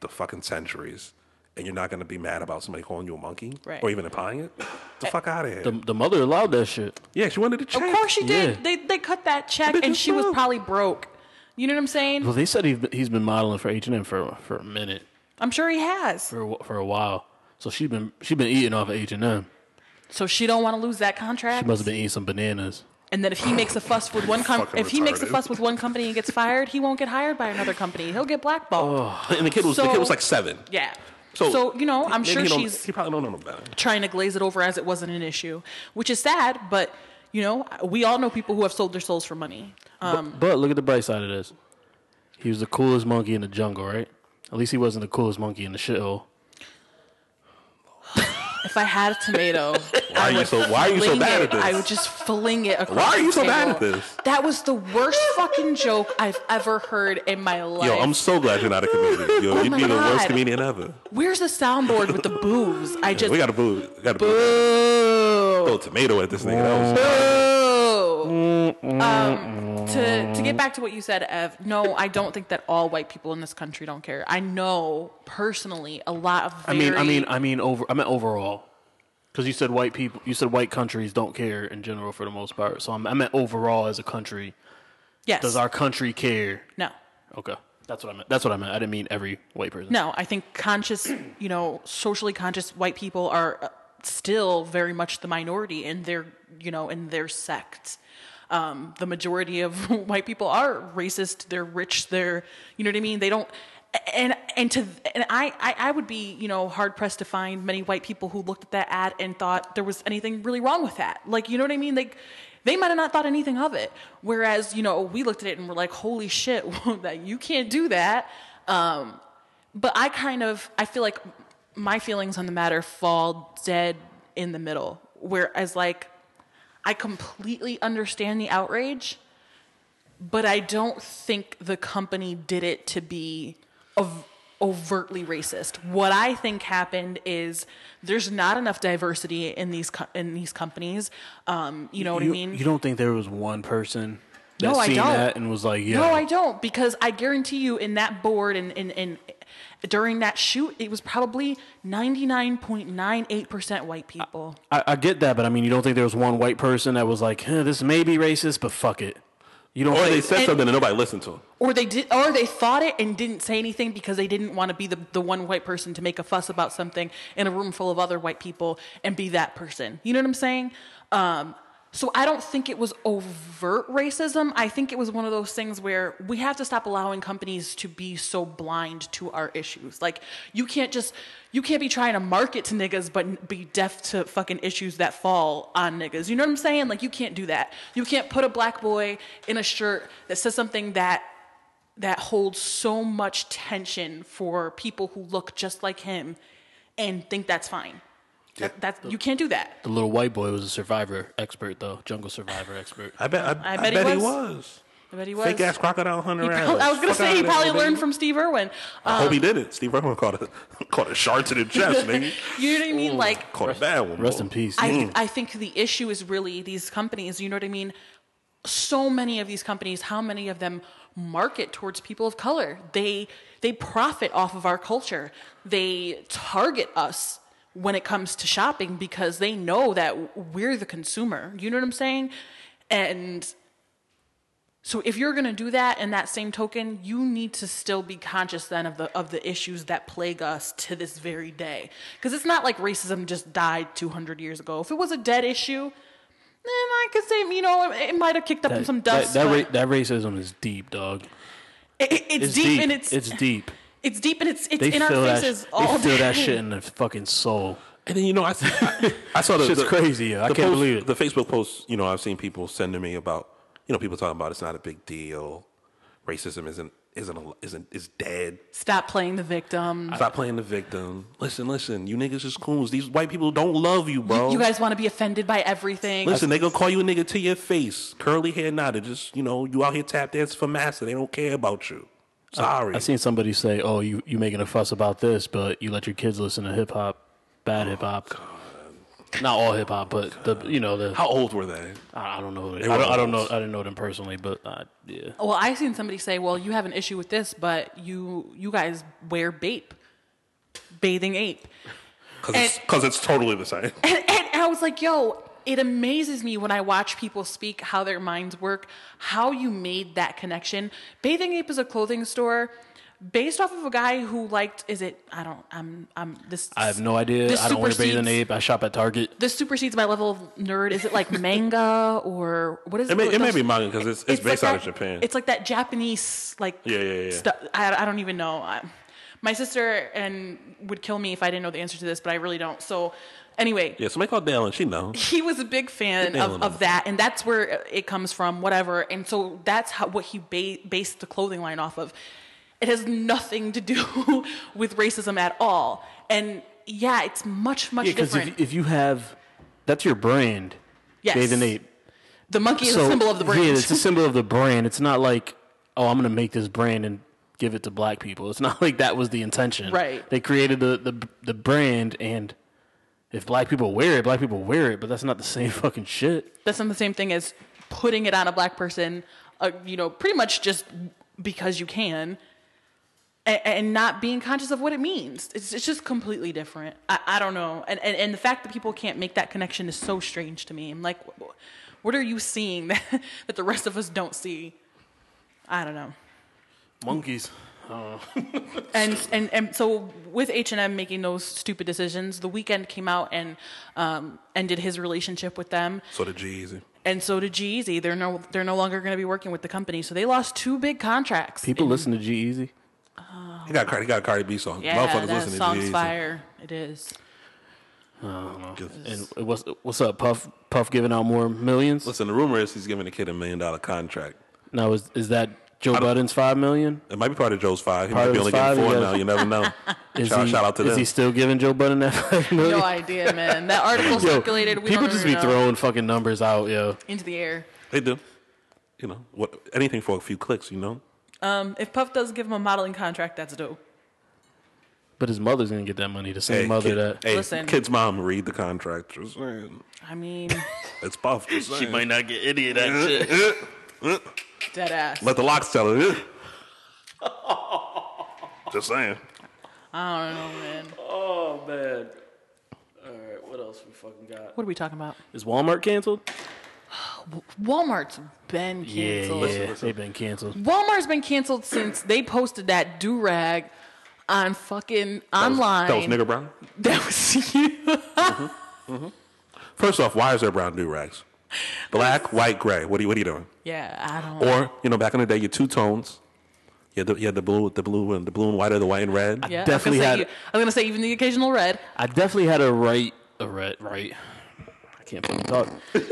the fucking centuries. And you're not going to be mad about somebody calling you a monkey Right. Eh, or even implying it? Get the fuck out of here. The, the mother allowed that shit. Yeah, she wanted to check. Of course she did. They they cut that check, Bitch and is she was broke. probably broke. You know what I'm saying? Well, they said he's been, he's been modeling for H and M for for a minute, I'm sure he has. for a wh- for a while. So she's been she's been eating off of H and M. So she don't want to lose that She contract. must have been eating some bananas. And then if he makes a fuss with one com- Fucking if he makes a retarded. fuss with one company and gets fired, he won't get hired by another company. He'll get Oh. blackballed. And the kid was the kid was So- like seven. Yeah. So- So, you know, I'm Maybe sure he don't- she's he probably don't know no better. trying to glaze it over as it wasn't an issue, which is sad. But you know, we all know people who have sold their souls for money. Um, but, but look at the bright side of this. He was the coolest monkey in the jungle, right? At least he wasn't the coolest monkey in the shithole. if I had a tomato, Why are you so Why are you so fling bad it- at this? I would just fling it across. Why are you the so bad at table. this? That was the worst fucking joke I've ever heard in my life. Yo, I'm so glad you're not a comedian. Yo, Oh you'd my be the worst God. comedian ever. Where's the soundboard with the boos? I Yeah, just we got to boo. we Got to boo. boo. Throw a tomato at this nigga. That was Boo. Oh. Mm, Um, to to get back to what you said, Ev, no, I don't think that all white people in this country don't care. I know personally a lot of. I Very, mean, I mean, I mean, over. I mean, overall, because you said white people, you said white countries don't care in general for the most part. So I'm, I meant overall as a country. Yes. Does our country care? no, Okay, that's what I meant. That's what I meant. I didn't mean every white person. no, I think conscious, you know, socially conscious white people are uh, still very much the minority in their, you know, in their sect. Um, the majority of white people are racist. They're rich. They're, you know what I mean? They don't, and and to and I, I I would be you know hard pressed to find many white people who looked at that ad and thought there was anything really wrong with that. Like you know what I mean? Like they might have not thought anything of it. Whereas you know we looked at it and we're like, holy shit, that you can't do that. Um, but I kind of I feel like my feelings on the matter fall dead in the middle. Whereas like I completely understand the outrage, but I don't think the company did it to be ov- overtly racist. What I think happened is there's not enough diversity in these co- in these companies. Um, you know what I mean? You don't think there was one person that No, I seen don't. that and was like, yeah. No, I don't, because I guarantee you in that board and, and, and during that shoot, it was probably 99.98% white people. I, I get that, but I mean, you don't think there was one white person that was like, huh, "This may be racist, but fuck it." You don't. Or think- they said something and nobody listened to them. Or they did, or they thought it and didn't say anything because they didn't want to be the, the one white person to make a fuss about something in a room full of other white people and be that person. You know what I'm saying? Um, so I don't think it was overt racism. I think it was one of those things where we have to stop allowing companies to be so blind to our issues. Like you can't just you can't be trying to market to niggas but be deaf to fucking issues that fall on niggas. You know what I'm saying? Like you can't do that. You can't put a black boy in a shirt that says something that that holds so much tension for people who look just like him and think that's fine. That, that's you can't do that. The little white boy was a survivor expert, though. Jungle survivor expert. I bet. I, I bet, he, was. I bet he was. Fake ass crocodile hunter. He ass. prob- I was gonna Fuck outta say he there, probably baby. learned from Steve Irwin. I hope Um, he did it. Steve Irwin caught a caught a shard to the chest, nigga. You know what I mean? Like Caught a bad one. Rest in peace. I, I think the issue is really these companies, you know what I mean? So many of these companies, how many of them market towards people of color? They they profit off of our culture. They target us when it comes to shopping because they know that we're the consumer. You know what I'm saying? And so if you're going to do that in that same token, you need to still be conscious then of the of the issues that plague us to this very day. Cuz it's not like racism just died 200 years ago. If it was a dead issue, then I could say, you know, it, it might have kicked up That- some dust. That, that, but ra- that racism is deep, dog. it- it- it's, deep, and it's it's deep. it's deep and it's it's they in our feel that faces sh- all They feel day. that shit in their fucking soul. And then you know, I I, I saw the Shit's the- crazy, yo. I the can't post- believe it. The Facebook posts, you know, I've seen people send to me about, you know, people talking about it's not a big deal, racism isn't isn't a, isn't is dead. Stop playing the victim. Stop playing the victim. Listen, listen, you niggas is coons. These white people don't love you, bro. You guys want to be offended by everything. Listen, they gonna call you a nigga to your face, curly hair nodded. Just you know, you out here tap dancing for massa. They don't care about you. Sorry, I seen somebody say, "Oh, you you making a fuss about this, but you let your kids listen to hip hop, bad hip hop." Not all hip hop, but the you know the how old were they? I, I don't know. I They were don't, I don't know. old. I didn't know them personally, but uh, yeah. Well, I seen somebody say, "Well, you have an issue with this, but you you guys wear bape, bathing ape." because it's, 'cause it's totally the same. And, and I was like, yo, it amazes me when I watch people speak how their minds work, how you made that connection. Bathing Ape is a clothing store based off of a guy who liked, is it, I don't, I'm, I'm, this. I have no idea. This I don't want to bathe an supersedes- ape. I shop at Target. This supersedes my level of nerd. Is it like manga or what is it? It may, what it may those- be manga because it's, it's, like based out of that- Japan. It's like that Japanese, like, yeah, yeah, yeah. stuff. I, I don't even know. I, my sister and would kill me if I didn't know the answer to this, but I really don't. So, anyway, Yeah, somebody called Dale and she know. he was a big fan Nail of, it on of that and that's where it comes from whatever and so that's how what he ba- based the clothing line off of it has nothing to do with racism at all and yeah it's much much Yeah, because different if, if you have, that's your brand. Yes. Bathe an ape. the monkey is a symbol of the brand Yeah, it's a symbol of the brand. It's not like, oh, I'm going to make this brand and give it to black people. It's not like that was the intention. Right. They created the, the, the brand, and if black people wear it, black people wear it, but that's not the same fucking shit. that's not the same thing as putting it on a black person uh, you know pretty much just because you can and, and not being conscious of what it means it's, it's just completely different i, I don't know and, and, and the fact that people can't make that connection is so strange to me i'm like wh- wh- what are you seeing that, that the rest of us don't see i don't know Monkeys. I don't know. and and and so with H and M making those stupid decisions, the weekend came out and um, ended his relationship with them. So did G Easy. and so did G-Eazy. They're no they're no longer going to be working with the company, so they lost two big contracts. People listen to G Easy. He got Cardi, he got a Cardi B song. Oh. Yeah, Motherfuckers that listen to song's E G-Eazy. fire. It is. And what's what's up, Puff? Puff giving out more millions? Listen, the rumor is he's giving a kid a million dollar contract. Now is is that Joe Budden's five million? It might be part of Joe's five. He Part might be of his only getting five, four yeah. now. You never know. Is shout, he, shout out to is them. he still giving Joe Budden that five million? No idea, man. That article Yo, circulated. We people don't just be even know. throwing fucking numbers out, yo. into the air. They do. You know what? Anything for a few clicks. You know. Um, if Puff does give him a modeling contract, that's dope. But his mother's gonna get that money. The same Hey, mother kid- that Hey, Listen. kid's mom read the contract. Just eh. saying. I mean, It's Puff. Just She saying. might not get any of that shit. dead ass. Let the locks tell her. Just saying. I don't know, man. Oh man. All right, what else we fucking got? What are we talking about? Is Walmart canceled? Walmart's been canceled. Yeah, yeah, they've been canceled. Walmart's been canceled since they posted that do rag on fucking online. That was nigger brown. That was you. First off, why is there brown do rags? Black, white, gray. What are you What are you doing? yeah, I don't. Or you know, back in the day, your two tones. You had the, you had the blue, the blue and the blue and white, or the white and red. yeah, I was gonna say you- I was gonna say even the occasional red. I definitely had a right, a red, right. I can't fucking talk.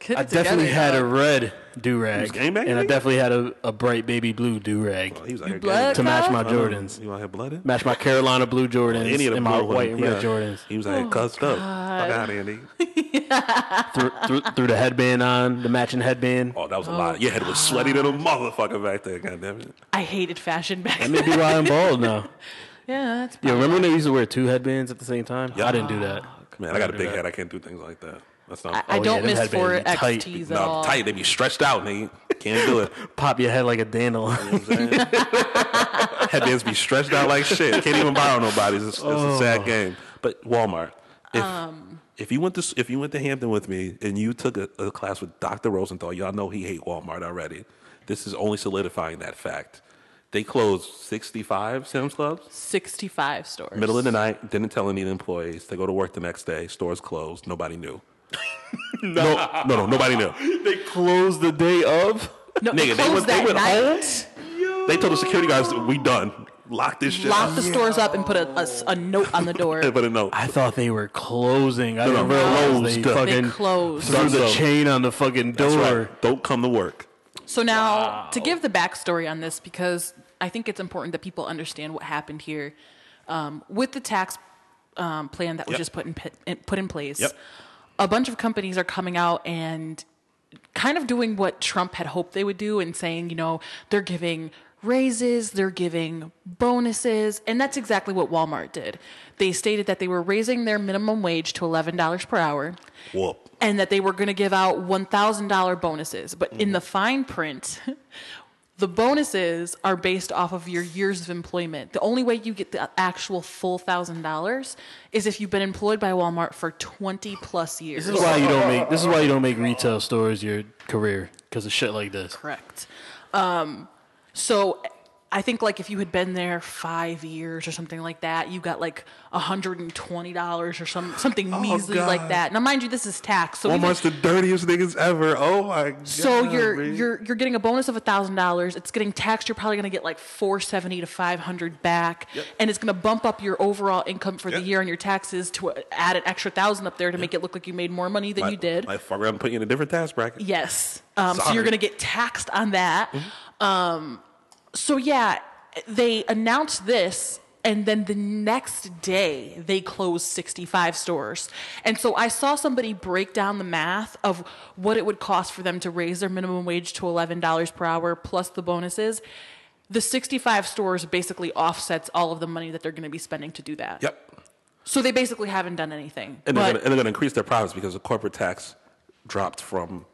Get I it together, definitely had y'all. a red do rag, game and back Oh, I then? definitely had a, a bright baby blue do rag You blood to match cuz? my Jordans, You want to have blood in? match my Carolina blue Jordans, Any of the and my blue white ones. and red Yeah. Jordans. He was like Oh, cussed up. God. Fuck out, Andy. threw, threw, threw the headband on, the matching headband. Oh, that was a lot. Your head was sweaty than a motherfucker back there. God damn it. I hated fashion back. That then. may be why I'm bald now. yeah, that's. Yeah, remember when they used to wear two headbands at the same time? I didn't do that. Man, I got a do big that. head. I can't do things like that. That's I, not. I Oh, don't yeah, them miss headbands four be tight. XTs at no, all. tight. They be stretched out, nigga. Can't do it. Pop your head like a dandelion. Headbands be stretched out like shit. Can't even borrow nobody's. It's, Oh. it's a sad game. But Walmart. If, if you went to s- if you went to Hampton with me and you took a, a class with Dr. Rosenthal, y'all know he hate Walmart already. This is only solidifying that fact. They closed 65 Sam's Clubs. Sixty-five stores. Middle of the night, didn't tell any of the employees. They go to work the next day, stores closed, nobody knew. no, no, no, nobody knew. they closed the day of. No, they Nigga, they closed went- they that went night. They told the security guards, we done. Lock this shit Locked up. the stores up and put a, a s- a note on the door. But a note. I thought they were closing. I No, no, didn't realize closed. they They fucking closed. threw the So- chain on the fucking That's door. right. Don't come to work. So now, to give the backstory on this, because I think it's important that people understand what happened here um, with the tax um, plan that was Yep. just put in, pe- in- put in place. Yep. A bunch of companies are coming out and kind of doing what Trump had hoped they would do and saying, you know, they're giving raises, they're giving bonuses, and that's exactly what Walmart did. They stated that they were raising their minimum wage to $11 per hour Whoop. and that they were going to give out $1,000 bonuses. But in the fine print, the bonuses are based off of your years of employment. The only way you get the actual full $1,000 is if you've been employed by Walmart for 20 plus years. This is why you don't make. This is why you don't make retail stores your career because of shit like this. Correct. Um, so I think like if you had been there five years or something like that, you got like hundred and twenty dollars or some something measly Oh, like Oh, God. that. Now, mind you, this is tax. So even- Walmart's the dirtiest niggas ever. Oh my god. so you're man. you're you're getting a bonus of thousand dollars. It's getting taxed. You're probably going to get like four seventy to five hundred back, and it's going to bump up your overall income for the year on your taxes to uh, add an extra thousand up there to make it look like you made more money than My- you did. My fucker, I'm putting you in a different tax bracket. Yes. Um, so Sorry. you're going to get taxed on that. Mm-hmm. Um, so yeah, they announced this. And then the next day, they closed 65 stores. And so I saw somebody break down the math of what it would cost for them to raise their minimum wage to $11 per hour plus the bonuses. The 65 stores basically offsets all of the money that they're going to be spending to do that. Yep. So they basically haven't done anything. And But- they're, gonna, and they're gonna increase their profits because the corporate tax dropped from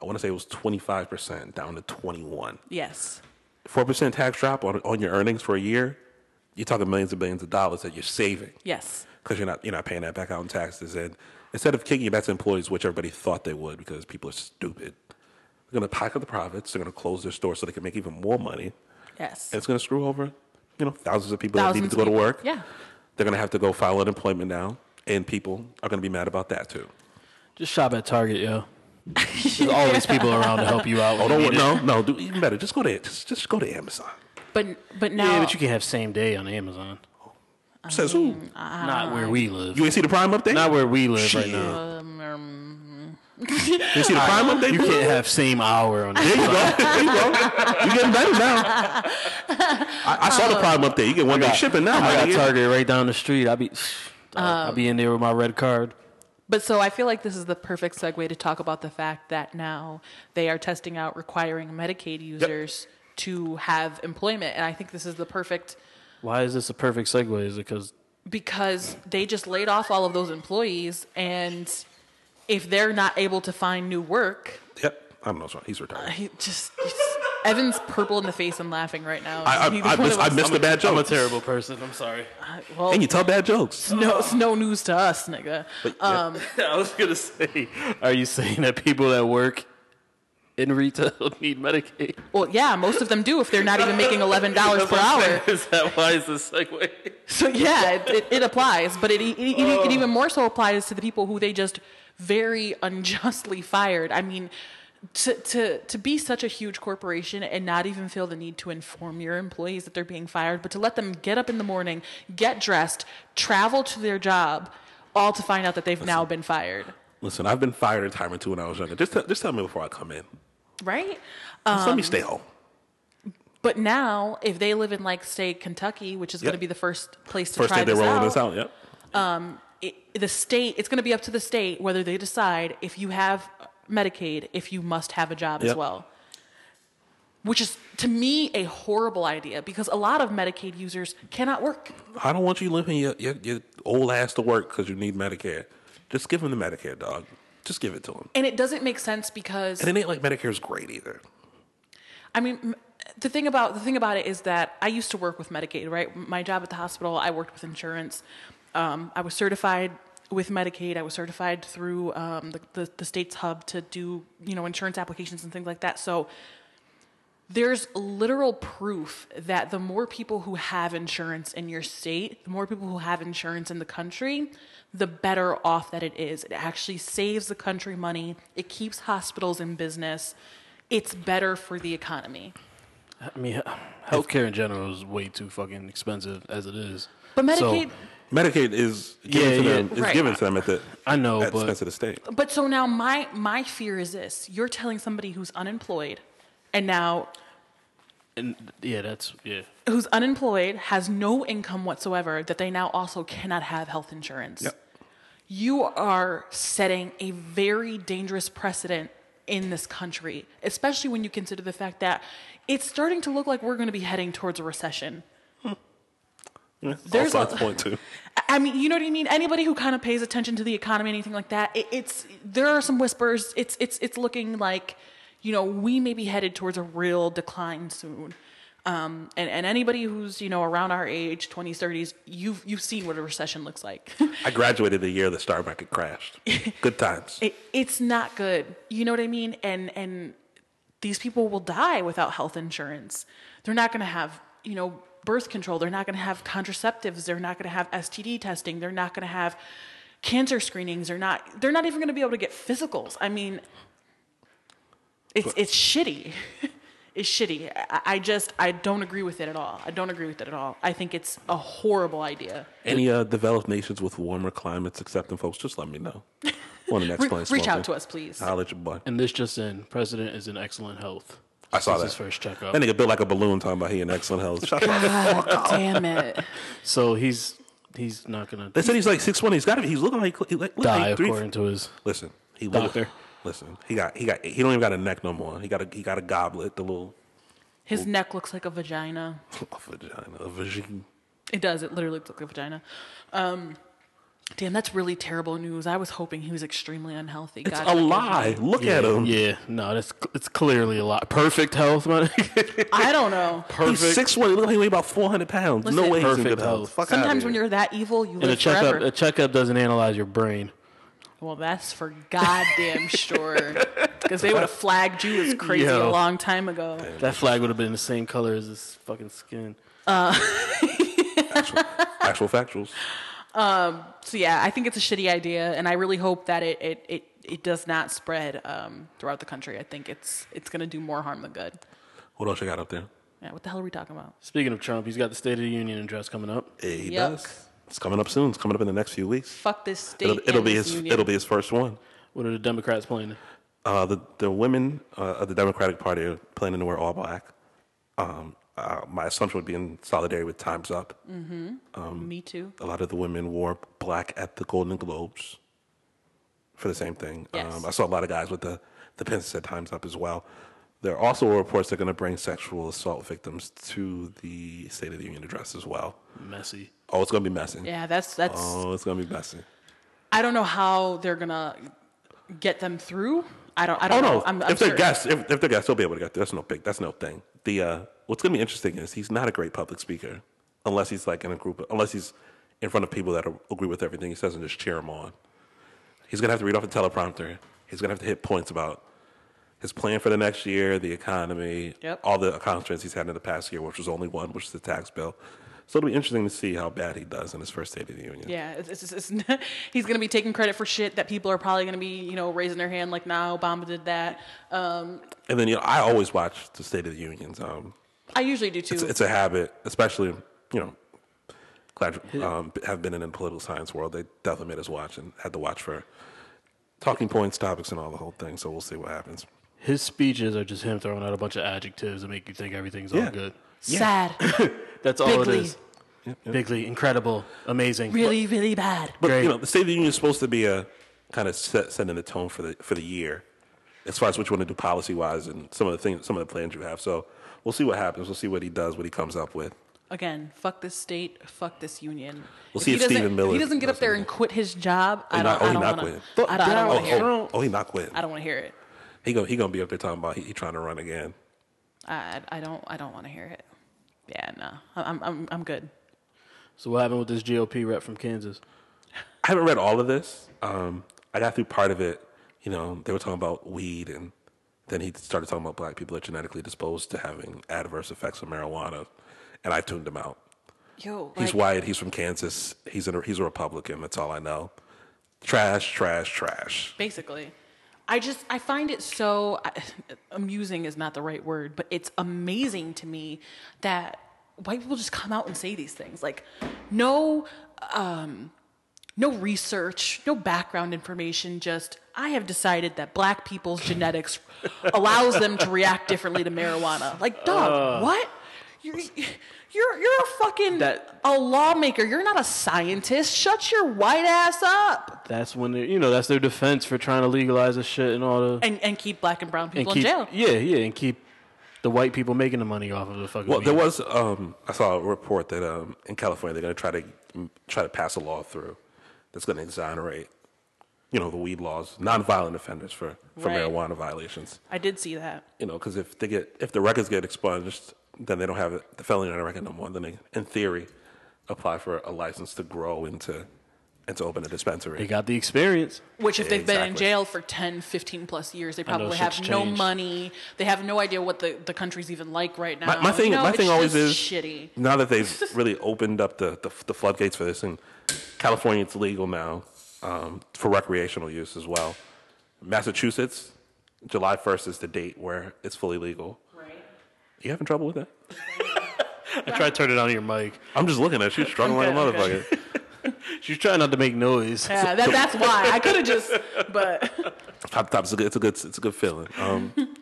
I want to say it was 25% down to 21. yes. four percent tax drop on, on your earnings for a year, you're talking millions and billions of dollars that you're saving Yes. because you're not you're not paying that back out in taxes. And instead of kicking it back to employees, which everybody thought they would because people are stupid, they're going to pack up the profits. They're going to close their stores so they can make even more money. Yes. And it's going to screw over you know thousands of people that Thousands needed to go of to people. work. Yeah. They're going to have to go file unemployment now, and people are going to be mad about that too. Just shop at Target, yo. There's always people around to help you out. Oh, when you don't, need no, it. no, do even better. Just go to just just go to Amazon. But but now yeah, but you can have same day on Amazon. Says who? Ah. Not where we live. You ain't see the Prime update? Not where we live Shit. right now. Um, um, You see the Prime Uh, update? You can't have same hour on There you go. There you go. You getting better now. I, I Uh, saw the Prime update. You get one day shipping now. I my got nigga. Target right down the street. I be I Um, be in there with my red card. But so I feel like this is the perfect segue to talk about the fact that now they are testing out requiring Medicaid users to have employment. And I think this is the perfect Why is this a perfect segue? Is it because because they just laid off all of those employees. And if they're not able to find new work, Yep. I don't know. Sorry. He's retired. he just. he's- Evan's purple in the face and laughing right now. I- I- He's I one miss- of I us. miss the bad I'm a jokes. terrible person. I'm sorry. Well, And you tell bad jokes. it's no, it's no news to us, nigga. um, I was gonna say, are you saying that people that work in retail need Medicaid? Well, yeah, most of them do if they're not even making eleven dollars per hour. Is that why is this segue? So yeah, it, it, it applies, but it, it, it, it even more so applies to the people who they just very unjustly fired. I mean, to to to be such a huge corporation and not even feel the need to inform your employees that they're being fired, but to let them get up in the morning, get dressed, travel to their job, all to find out that they've now been fired. Listen, I've been fired a time or two when I was younger. Just, t- just tell me before I come in. Right? Just let me Um, stay home. But now, if they live in like say Kentucky, which is Yep. going to be the first place to First try day they're this rolling out, this out. Yep. um, it, the state it's going to be up to the state whether they decide if you have medicaid if you must have a job as Yep. well which is to me a horrible idea because a lot of medicaid users cannot work I don't want you living your, your, your old ass to work because you need Medicare. Just give him the Medicare, dog. Just give it to him. and it doesn't make sense because And it ain't like Medicare's great either. I mean, m- the thing about the thing about it is that I used to work with Medicaid, right? My job at the hospital, I worked with insurance. Um, I was certified with Medicaid. I was certified through um, the, the the state's hub to do you know insurance applications and things like that. So there's literal proof that the more people who have insurance in your state, the more people who have insurance in the country, the better off that it is. It actually saves the country money. It keeps hospitals in business. It's better for the economy. I mean, healthcare in general is way too fucking expensive as it is. But So- Medicaid, Medicaid is given Yeah, to yeah, them. It's right. given to them at the I know, at the but- expense of the state. but so now my my fear is this: you're telling somebody who's unemployed, and now and yeah, that's yeah. who's unemployed has no income whatsoever that they now also cannot have health insurance. You are setting a very dangerous precedent in this country, especially when you consider the fact that it's starting to look like we're going to be heading towards a recession. All There's a- sides point to. I- I mean, you know what I mean. Anybody who kind of pays attention to the economy, anything like that, it, it's there are some whispers. It's it's it's looking like, you know, we may be headed towards a real decline soon. Um, and and anybody who's you know around our age, twenties, thirties, you've you've seen what a recession looks like. I graduated the year the stock market crashed. Good times. It, it's not good. You know what I mean? And and these people will die without health insurance. They're not going to have, you know, birth control. They're not going to have contraceptives. They're not going to have STD testing. They're not going to have cancer screenings. They're not they're not even going to be able to get physicals. I mean, it's it's shitty. it's shitty. I, I just I don't agree with it at all. I don't agree with it at all. I think it's a horrible idea. Any uh, developed nations with warmer climates accepting folks, just let me know. On the next Re- plane, reach smoking. out to us, please. I'll let you boy. And this just in: President is in excellent health. I saw This that. is his first checkup. That nigga built like a balloon talking about he in excellent health. Shut the God fuck up. damn it. uh, So he's he's not gonna. They said he's like six one. He's got to be. He's looking like he like, look Die like three- according to his listen. He doctor. Look, listen, he got he got he don't even got a neck no more. He got a he got a goblet, the little His neck looks like a vagina. a vagina, a vagine. It does. It literally looks like a vagina. Um, damn, that's really terrible news. I was hoping he was extremely unhealthy. It's God a forgive me. lie. Look yeah, at him. Yeah, no, that's it's clearly a lot. Perfect health, man. I don't know. Perfect. He's six one. He look like he weigh about four hundred pounds. no Listen, way. he's in Perfect good health. health. Fuck outta Sometimes here. when you're that evil, you and a live checkup forever. a checkup doesn't analyze your brain. well, that's for goddamn sure. Because they would have flagged you as crazy Yo. a long time ago. That flag would have been the same color as his fucking skin. Uh, actual factuals. um, so yeah, I think it's a shitty idea, and I really hope that it it it, it does not spread um, throughout the country. I think it's it's going to do more harm than good. What else you got up there? Yeah, what the hell are we talking about? Speaking of Trump, he's got the State of the Union address coming up. He Yuck. does. It's coming up soon. It's coming up in the next few weeks. Fuck this state. It'll, it'll and be this his. union. It'll be his first one. What are the Democrats playing? Uh, the the women uh, of the Democratic Party are planning to wear all black. Um, uh, my assumption would be in solidarity with Times Up. Mm-hmm. Um, Me too. A lot of the women wore black at the Golden Globes for the same thing. Yes. Um, I saw a lot of guys with the, the pins that said Time's Up as well. There are also reports they're going to bring sexual assault victims to the State of the Union address as well. Messy. Oh, it's going to be messy. Yeah, that's- that's- Oh, it's going to be messy. I don't know how they're going to get them through. I don't. I don't oh, know. no. I'm, I'm if they're sure- guests, if, if they're guests, they'll be able to get there. That's no big. That's no thing. The uh, what's going to be interesting is he's not a great public speaker unless he's like in a group, unless he's in front of people that are, agree with everything he says and just cheer him on. He's going to have to read off a teleprompter. He's going to have to hit points about his plan for the next year, the economy, Yep. all the accomplishments he's had in the past year, which was only one, which is the tax bill. So it'll be interesting to see how bad he does in his first State of the Union. Yeah, it's, it's, it's, it's he's gonna be taking credit for shit that people are probably gonna be, you know, raising their hand like, "Nah, Obama did that." Um, And then you know, I always watch the State of the Unions. Um, I usually do too. It's, it's a habit, especially you know. Glad you, um, have been in the political science world. They definitely made us watch and had to watch for talking points, topics, and all the whole thing. So we'll see what happens. His speeches are just him throwing out a bunch of adjectives that make you think everything's Yeah. all good. Yeah. Sad. That's all Bigly. it is. Bigly, incredible, amazing. really, really bad. But you know, the State of the Union is supposed to be a kind of set, setting the tone for the for the year, as far as what you want to do policy wise and some of the things, some of the plans you have. So we'll see what happens. We'll see what he does, what he comes up with. Again, fuck this state, fuck this union. We'll see he if doesn't- Stephen Miller he doesn't get up there and quit his job, I He not- don't, I Oh, he don't not wanna. quitting. I don't, I don't wanna Oh, hear oh, oh, he not it. quitting. I don't wanna hear it. He gonna he gonna be up there talking about he, he trying to run again. I, I, I don't. I don't want to hear it. Yeah, no. I'm, I'm, I'm good. So what happened with this GOP rep from Kansas? I haven't read all of this. Um, I got through part of it. You know, they were talking about weed, and then he started talking about black people are genetically disposed to having adverse effects of marijuana, and I tuned him out. Yo, he's white. He's from Kansas. He's a he's a Republican. That's all I know. Trash, trash, trash. Basically, I just I find it so I- amusing is not the right word, but it's amazing to me that white people just come out and say these things like no um no research, no background information, just I have decided that black people's genetics allows them to react differently to marijuana. Like, dog, Uh. what? You're, you're, you're a fucking a lawmaker. You're not a scientist. Shut your white ass up That's when they, you know that's their defense for trying to legalize this shit and all the and, and keep black and brown people keep, in jail. Yeah, yeah, and keep the white people making the money off of the fucking. Well, weed. there was um, I saw a report that um, in California they're going to try to try to pass a law through that's going to exonerate, you know, the weed laws, nonviolent offenders for for Right. marijuana violations. I did see that. you know, because if they get if the records get expunged, then they don't have the felony on the record no more. Then they, in theory, apply for a license to grow and to and to open a dispensary. They got the experience. Which, if they've been in jail for 10, 15 plus years, they I know, probably have shit's no changed. money. They have no idea what the, the country's even like right now. My, my thing, You know, my it's thing always is just shitty. now that they've really opened up the, the the floodgates for this, and California it's legal now um, for recreational use as well. Massachusetts, July first is the date where it's fully legal. Right? You having trouble with that? I tried to turn it on your mic. I'm just looking at you, struggling like a Okay, okay. motherfucker. She's trying not to make noise. Yeah, that, that's why. I could have just, but Hop top's a good, it's a good it's a good feeling. Um,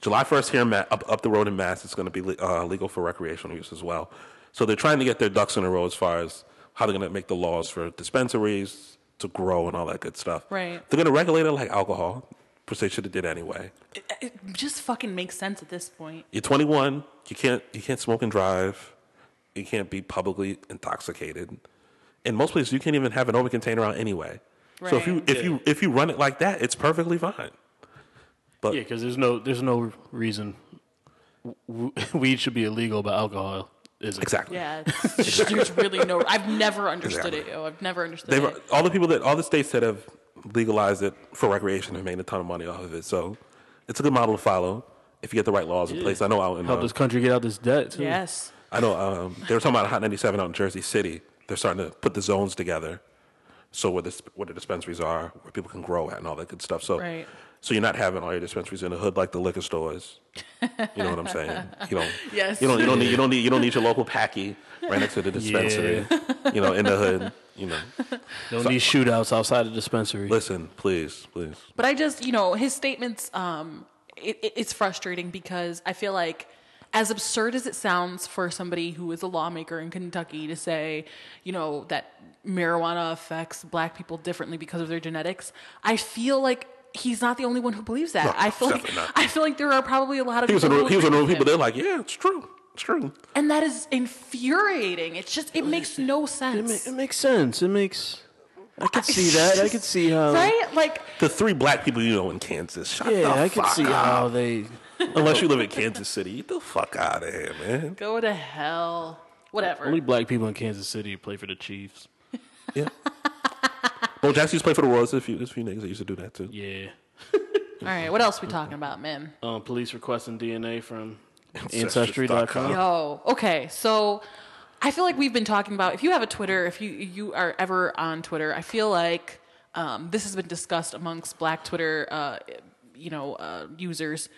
July first here in Ma- up up the road in Mass, it's going to be le- uh, legal for recreational use as well. So they're trying to get their ducks in a row as far as how they're going to make the laws for dispensaries to grow and all that good stuff. Right. They're going to regulate it like alcohol, which they should have did anyway. it just fucking makes sense at this point. You're 21. You can't you can't smoke and drive. You can't be publicly intoxicated. In most places, you can't even have an open container out anyway. So if you Right. if you if you run it like that, it's perfectly fine. But yeah, because there's no there's no reason w- w- weed should be illegal, but alcohol is exactly. Yeah, it's just, there's really no. I've never understood it. Yo. I've never understood They've, it. all the people that all the states that have legalized it for recreation have made a ton of money off of it. So it's a good model to follow if you get the right laws in place. I know out in Help uh, this country get out this debt. Too. Yes. I know um, they were talking about Hot 97 out in Jersey City. They're starting to put the zones together So where the sp- where the dispensaries are, where people can grow at, and all that good stuff. So Right. so you're not having all your dispensaries in the hood like the liquor stores. You know what I'm saying? You don't. Yes. You don't. You don't need. You don't need. You don't need your local packy right next to the dispensary. You know, in the hood. You know. Don't need shootouts outside the dispensary. Listen, please, please. But I just, you know, his statements, um, it, it, it's frustrating because I feel like, as absurd as it sounds for somebody who is a lawmaker in Kentucky to say, you know, that marijuana affects black people differently because of their genetics, I feel like he's not the only one who believes that. No, I feel like definitely not. I feel like there are probably a lot of He was in people a, who he was in a agree room. with People him. they're like, yeah, it's true. It's true. and that is infuriating. It's just it makes no sense. It makes sense. It makes. I could see that. I could see how. Right? Like The three black people you know in Kansas. Shut Yeah, the I could fuck see up. how they. Unless you live in Kansas City, get the fuck out of here, man. go to hell. Whatever. Only black people in Kansas City play for the Chiefs. Bo Jackson used to play for the Royals. There's a few, there's a few niggas that used to do that too. Yeah. All right, what else we talking about, man? Um, police requesting DNA from Ancestry.com. Ancestry.com. Yo, okay. So I feel like we've been talking about if you have a Twitter, if you you are ever on Twitter, I feel like um, this has been discussed amongst Black Twitter, uh, you know, uh, users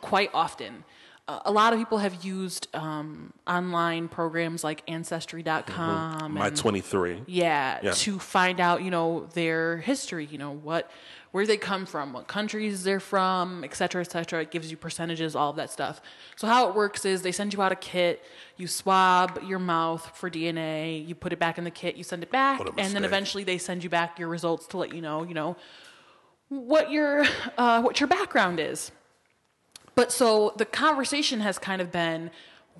quite often. Uh, a lot of people have used um, online programs like Ancestry.com. My Um, and- 23. Yeah, Yeah. to find out, you know, their history, you know, what where they come from, what countries they're from, et cetera, et cetera. It gives you percentages, all of that stuff. So how it works is they send you out a kit, you swab your mouth for DNA, you put it back in the kit, you send it back, What a and then mistake. eventually they send you back your results to let you know, you know, what your uh, what your background is. But so the conversation has kind of been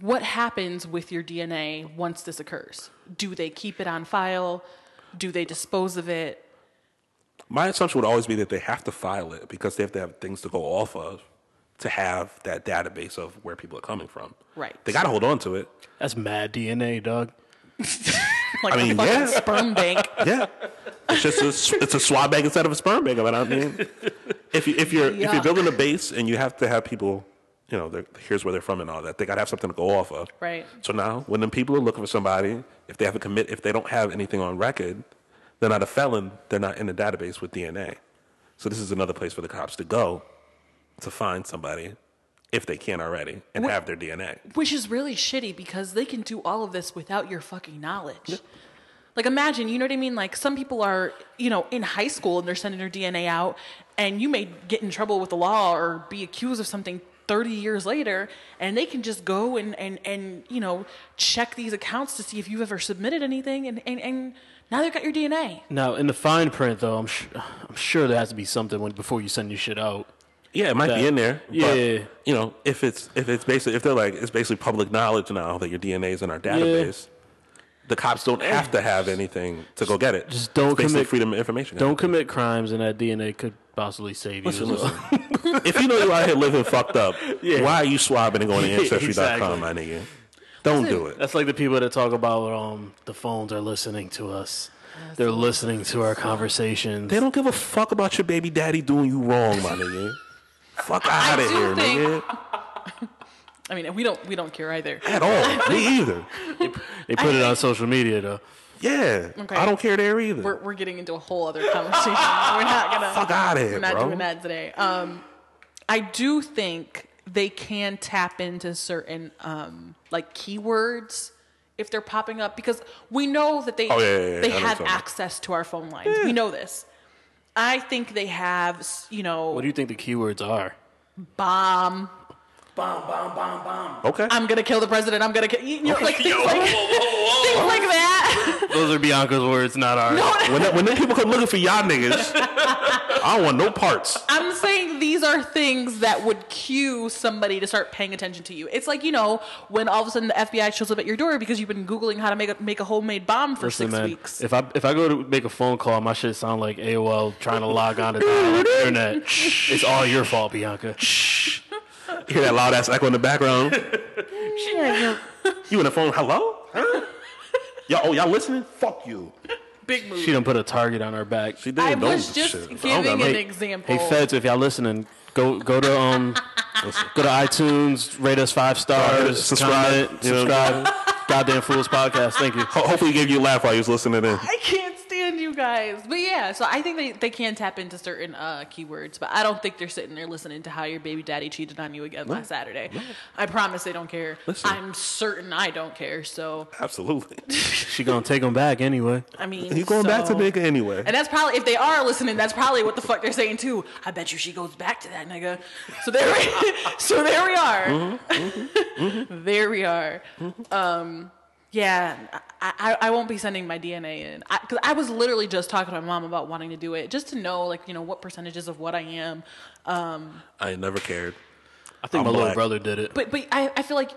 what happens with your DNA once this occurs? Do they keep it on file? Do they dispose of it? My assumption would always be that they have to file it because they have to have things to go off of to have that database of where people are coming from. Right. They got to hold on to it. That's mad DNA, dog. Like I mean, a fucking yeah. sperm bank. Yeah. It's just a, s- it's a swab bag instead of a sperm bag. But I mean, if you if you're if Yuck. you're building a base and you have to have people, you know, they're- here's where they're from and all that, they got to have something to go off of. Right. So now, when them people are looking for somebody, if they have a commit, if they don't have anything on record, they're not a felon. They're not in the database with DNA. So this is another place for the cops to go to find somebody if they can already and Wh- have their DNA. Which is really shitty because they can do all of this without your fucking knowledge. Like imagine, you know what I mean? Like some people are, you know, in high school and they're sending their DNA out and you may get in trouble with the law or be accused of something 30 years later and they can just go and and and you know, check these accounts to see if you've ever submitted anything and and, and now they've got your DNA. Now, in the fine print, though, I'm sh- I'm sure there has to be something when, before you send your shit out. Yeah, it might That- be in there. Yeah. But, you know, if it's if it's basically if they're like it's basically public knowledge now that your DNA is in our Yeah. database, the cops don't have to have anything to go get it. Just don't it's basically commit- freedom of information. Don't commit crimes, and that DNA could possibly save you. Listen, as well. if you know you're out here living fucked up, Yeah. why are you swabbing and going to Yeah, ancestry.com, exactly. my nigga? Don't do it. That's like the people that talk about um the phones are listening to us. They're listening to our conversations. They don't give a fuck about your baby daddy doing you wrong, my nigga. Fuck out of do here, think- nigga. I mean, we don't we don't care either. At all. Me either. They put it on social media though. Yeah, I don't care there either. We're, we're getting into a whole other conversation. we're not gonna Fuck outta here, We're not bro. doing that today. Um, I do think they can tap into certain um like keywords if they're popping up because we know that they Oh, yeah, yeah, yeah, I they know what you're have talking about. access to our phone lines. We know this. I think they have s- you know What do you think the keywords are? bomb. Bomb, bomb, bomb, bomb. Okay. I'm gonna kill the president. I'm gonna kill you know, like things Yo, like whoa, whoa, things like that. Those are Bianca's words, not ours. when the, when them people come looking for y'all niggas, I don't want no parts. I'm saying these are things that would cue somebody to start paying attention to you. It's like you know when all of a sudden the FBI shows up at your door because you've been googling how to make a make a homemade bomb for Listen, six man, weeks. if I if I go to make a phone call, my shit sound like AOL trying to log on to the internet. It's all your fault, Bianca. Hear that loud ass echo in the background? You in the phone? Hello? Huh? Y'all, oh, y'all listening? Fuck you. Big move. She done put a target on her back. She did. I Don't- was just shit. giving an hey, example. Hey, feds, if y'all listening, go go to um, go to iTunes, rate us five Comment, stars, subscribe, comment, you know. subscribe. Goddamn fools podcast. Thank you. Hopefully, he gave you a laugh while he was listening in. I can't stand you you guys. But yeah, so I think they, they can tap into certain uh, keywords, but I don't think they're sitting there listening to how your baby daddy cheated on you again No. last Saturday. No. I promise they don't care. Listen. I'm certain I don't care. So Absolutely. she gonna take him back anyway. I mean, You going back to so- nigga anyway. And that's probably if they are listening, that's probably what the fuck they're saying too. I bet you she goes back to that nigga. So there, we, so there we are. Mm-hmm. There we are. Um, yeah, I, I, I won't be sending my DNA in because I, was literally just talking to my mom about wanting to do it, just to know like you know what percentages of what I am. Um, I ain't never cared. I think I'm my little black. brother did it. but but I, I feel like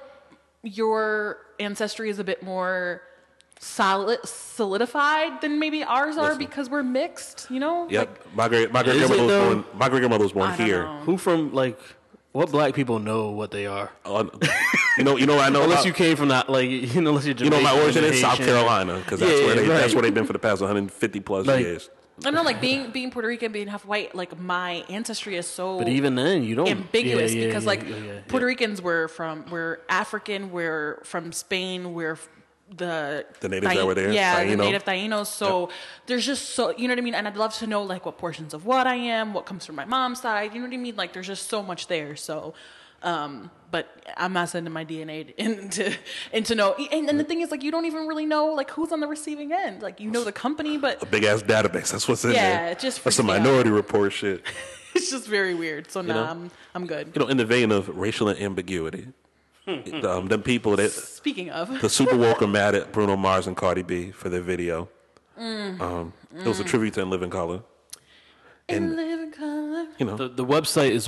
your ancestry is a bit more solid solidified than maybe ours are Listen. because we're mixed. You know, Yep. my great my great Is it grandmother was though? born my great grandmother was born here. Who from like what black people know what they are? Uh, you know, you know, I know Unless about- you came from that, like you know, unless you're You know my Jamaican, origin is South Haitian. Carolina because that's Yeah, where they right. that's where they've been for the past 150 plus Like- years. I know, like being being Puerto Rican, being half white, like my ancestry is so. But even then, you don't- ambiguous Oh, yeah, yeah, because yeah, like yeah, yeah, Puerto Ricans were from we're African, we're from Spain, we're f- the The natives that were there, yeah, the Taino. native Tainos. So there's just so you know what I mean, and I'd love to know like what portions of what I am, what comes from my mom's side. You know what I mean? Like there's just so much there. So. Um, but I'm not sending my DNA into into no. And, and the thing is, like, you don't even really know like who's on the receiving end. Like, you know the company, but A big ass database. That's what's in Yeah, there. it just that's some freaks me out. Minority Report shit. it's just very weird. So You nah, know? I'm, I'm good. You know, in the vein of racial ambiguity, the, um, them people that Speaking of the super woke are mad at Bruno Mars and Cardi B for their video. Mm. Um, It was a Mm. tribute to In Living Color. In living color. You know, the, the website is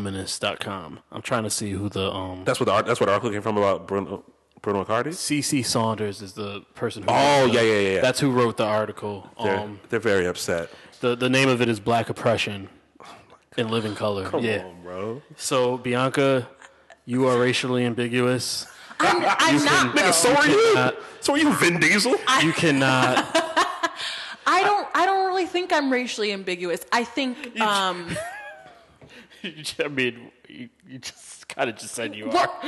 whispersofawomanist.com. I'm trying to see who the um. That's what the art, that's what the article came from about Bruno Bruno and Cardi. CC Saunders is the person. Who Oh, wrote the- yeah, yeah, yeah, yeah. That's who wrote the article. They're, Um, they're very upset. the the name of it is Black Oppression in Living Color. Oh Come yeah, on, bro. So Bianca, you are racially ambiguous. I'm, I'm not. though. So are you Vin Diesel? You cannot. I don't. I don't really think I'm racially ambiguous. I think. Um, I mean, you, you just kind of just said you Well,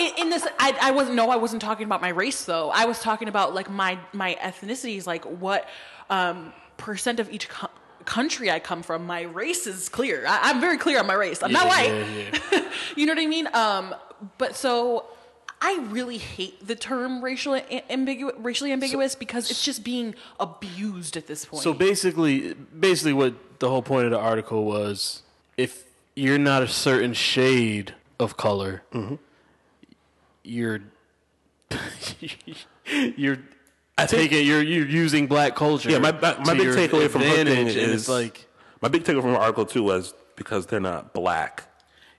in, in this, I, I wasn't. No, I wasn't talking about my race though. I was talking about like my my ethnicities, like what um, percent of each co- country I come from. My race is clear. I, I'm very clear on my race. I'm not Yeah, white. yeah, yeah. you know what I mean? Um, but so I really hate the term racial ambiguous, racially ambiguous because it's just being abused at this point. So basically, basically, what the whole point of the article was: if you're not a certain shade of color, Mm-hmm. you're you're I take it you're you're using black culture. Yeah, my my, to my big your takeaway from her thing advantage, is and it's like my big takeaway from her article too was because they're not black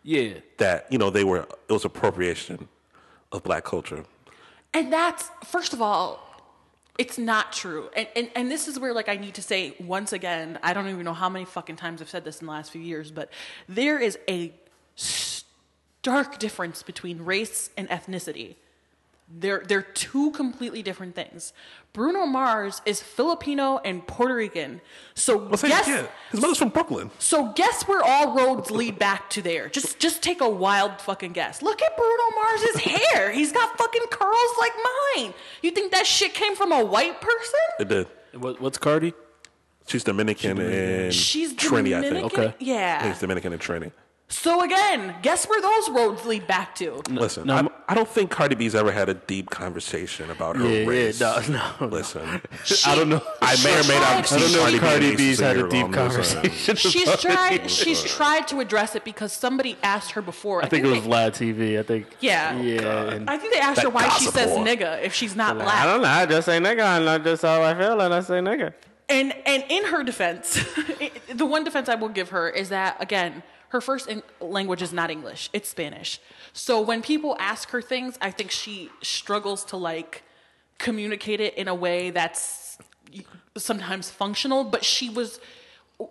yeah, that you know they were it was appropriation of black culture. And that's first of all, it's not true. And, and and this is where like I need to say once again, I don't even know how many fucking times I've said this in the last few years, but there is a stark difference between race and ethnicity. They're they're two completely different things. Bruno Mars is Filipino and Puerto Rican. So guess his mother's from Brooklyn. so guess where all roads lead back to there. Just just take a wild fucking guess. Look at Bruno Mars's hair. He's got fucking curls like mine. You think that shit came from a white person? Uh, It did. What, what's Cardi? She's Dominican and She's Trini, I think. Dominican? Okay. Yeah. I think it's Dominican and Trini. So again, guess where those roads lead back to? Listen, I, I don't think Cardi B's ever had a deep conversation about her Yeah, yeah, race. no, no, Listen, I don't know. I may or may not have I don't seen know Cardi if B Cardi and B's Issa had a Rae deep on those, uh, conversation. She's about tried it. she's tried to address it because somebody asked her before. I think it was they- Vlad TV. I think. Yeah. Yeah. and- I think they asked That her why she gossip says whore. nigga if she's not I black. don't know. I just say nigga, and I just how I feel, and I say nigga. And and in her defense, it- the one defense I will give her is that again, her first in- language is not English; it's Spanish. So when people ask her things, I think she struggles to like communicate it in a way that's sometimes functional. But she was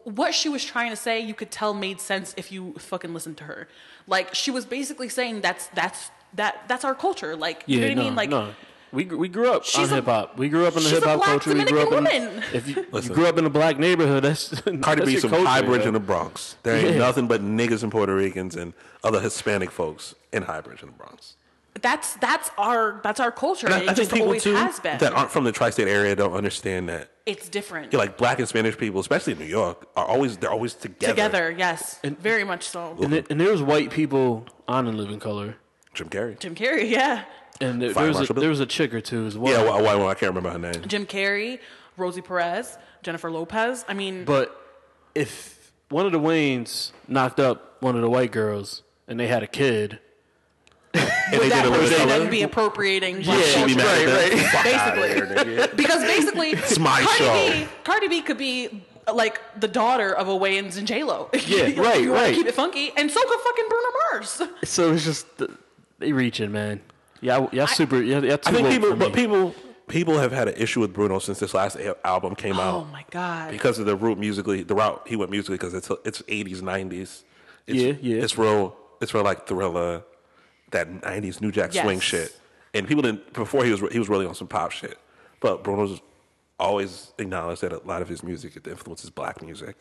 what she was trying to say. You could tell made sense if you fucking listened to her. Like she was basically saying that's that's that that's our culture. Like you know what no, I mean? Like no. We, gr- we grew up She's on a- hip hop. We grew up in the she's a hip hop black culture. We grew up Dominican in woman. if you, you grew up in a black neighborhood. That's Cardi that's B's your from culture, High Bridge yo. in the Bronx. There ain't Yeah. nothing but niggas and Puerto Ricans and other Hispanic folks in High Bridge in the Bronx. that's that's our that's our culture. And and it just always has been. that aren't from the tri-state area don't understand that it's different. Yeah, like black and Spanish people, especially in New York, are always they're always together. Together, yes, very much so. And, th- and there was white people on in Living Color. Jim Carrey. Jim Carrey, yeah, And there, Fire there, was a, Marshal Bill. there was a chick or two as well. Yeah, why, why, why I can't remember her name. Jim Carrey, Rosie Perez, Jennifer Lopez. I mean, But if one of the Waynes knocked up one of the white girls and they had a kid, would they that did a person Rosella? then be appropriating? black Yeah, culture? she'd be mad at that. Basically. because basically, It's my Cardi show. B, Cardi B could be like the daughter of a Wayans and J Lo. Yeah, right, you wanna right. Keep it funky, and so could fucking Bruno Mars. so it's just th- they reaching, man. Yeah, yeah, super. Yeah, yeah. I think people, but people, people have had an issue with Bruno since this last a- album came out. Oh my god. because of the route musically, the route he went musically, because it's it's eighties, nineties. Yeah, yeah. It's real. It's real like thriller, that nineties New Jack Yes. Swing shit. And people didn't before he was he was really on some pop shit. But Bruno's always acknowledged that a lot of his music it influences black music.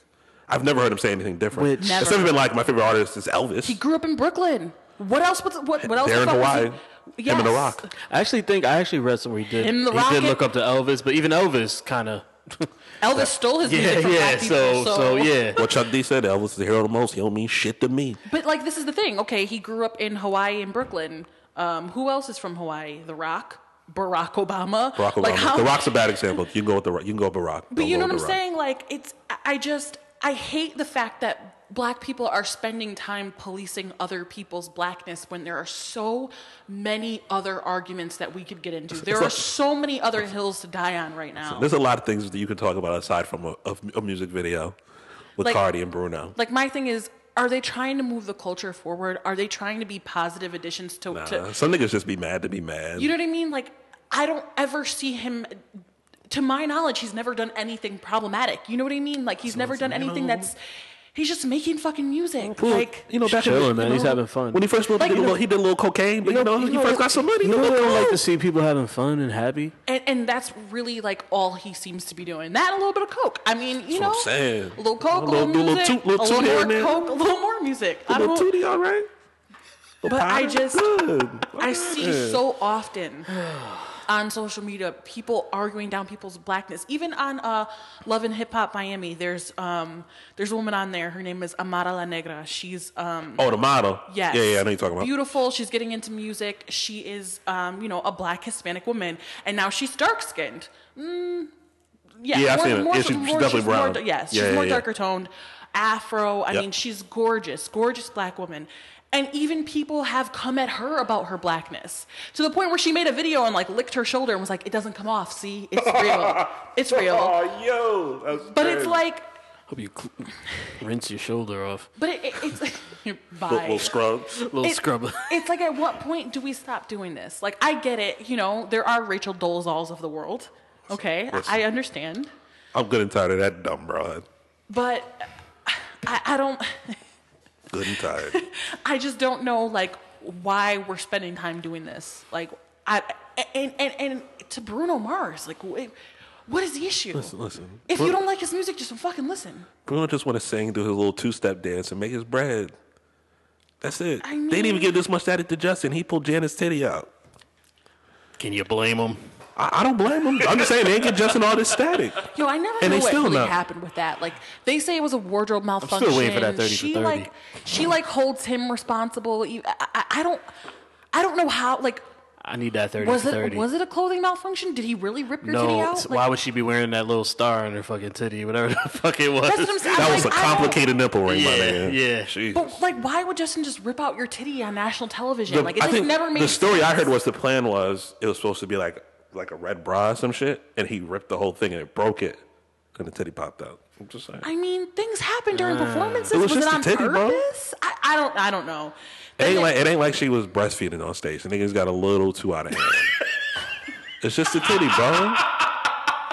I've never heard him say anything different. Which- Never. It's never been like my favorite artist is Elvis. he grew up in Brooklyn. What else? Was, what, what else? They're the in fuck was Hawaii. he- Yes. I actually think I actually read somewhere he did. Him, He The did Rocket. look up to Elvis, but even Elvis kind of. Elvis stole his music from black people. so, What Chuck D said, Elvis is the hero of the most. He don't mean shit to me. But like, this is the thing. Okay, he grew up in Hawaii and Brooklyn. Um, who else is from Hawaii? The Rock, Barack Obama. Barack Obama. Like, how- the Rock's a bad example. You can go with the Rock. You can go with Barack. But Don't you go know what I'm with The Rock. saying? Like, it's, I- I just, I hate the fact that black people are spending time policing other people's blackness when there are so many other arguments that we could get into. There are like- so many other hills to die on right now. There's a lot of things that you can talk about aside from a, of a music video with Like- Cardi and Bruno. Like, my thing is, are they trying to move the culture forward? Are they trying to be positive additions to, Nah, to Uh, some niggas just be mad to be mad. you know what I mean? Like, I don't ever see him. To my knowledge, he's never done anything problematic. You know what I mean? Like, he's never done anything that's. He's just making fucking music. like, you know, back Chilling, in the, man. you know, He's having fun. When he first moved, Like, he, did a you know- little, he did a little cocaine, but you know, he first got some money. You know, what he did I a little don't like coke. to see people having fun and happy. And, and that's really like all he seems to be doing. That and a little bit of coke. I mean, you know, That's what I'm saying. a little coke, A a little, little- do a little music, toot- little a toot little here more and there. coke, a little more music. A I little don't- tootie, all right. but I just, Good. I see Yeah. so often on social media people arguing down people's blackness. Even on uh, Love and Hip Hop Miami, there's um, there's a woman on there. Her name is Amara La Negra. She's um, Oh, the model. Yes. Yeah, yeah, I know you're talking about. Beautiful. She's getting into music. She is, um, you know, a black Hispanic woman, and now she's dark skinned. Mm, yeah, Yeah, I've more, seen it. more- Yeah, she's- she's more- definitely more brown. da- yes, Yeah, she's yeah, more yeah. darker toned, Afro. I Yep. mean, she's gorgeous, gorgeous black woman. And even people have come at her about her blackness to the point where she made a video and like licked her shoulder and was like, "It doesn't come off. See, it's real. it's real." Oh, yo. But it's like, Hope you cl- rinse your shoulder off. but it, it, it's bye. Little- little scrub. Little It- scrub. It's like, at what point do we stop doing this? Like, I get it. You know, there are Rachel Dolezals of the world. Okay, Listen. I understand, I'm good and tired of that dumb, bro. but I, I don't. Good and tired. I just don't know like why we're spending time doing this. Like, I and and and to Bruno Mars, like, wh- what is the issue? listen, listen. If Bru- you don't like his music, just fucking listen. Bruno just want to sing, do his little two step dance, and make his bread. That's it. I they didn't mean- even give this much static to Justin. He pulled Janice Titty out. Can you blame him? I, I don't blame him. I'm just saying they didn't give Justin all this static. Yo, I never And knew they what still really know. happened with that. Like they say it was a wardrobe malfunction. waiting for that 30 for she 30. like she like holds him responsible. You- I, I, I don't I don't know how like I need that thirty. was for it 30. was it a clothing malfunction? Did he really rip your titty No, out? it's- Like, why would she be wearing that little star on her fucking titty, whatever the fuck it was? That's what I'm saying. That I'm was like, a I don't- complicated nipple ring, yeah, my man. Yeah, but like why would Justin just rip out your titty on national television? The- like it I just think never made the story I sense. heard was the plan was it was supposed to be like like a red bra or some shit, and he ripped the whole thing and it broke it, and the titty popped out. I'm just saying. I mean, things happen during Ah. Uh, performances. it was was it just a on titty, bro. purpose? I, I don't I don't know. It ain't like it ain't like she was breastfeeding on stage. The niggas got a little too out of hand. it's just a titty, bro.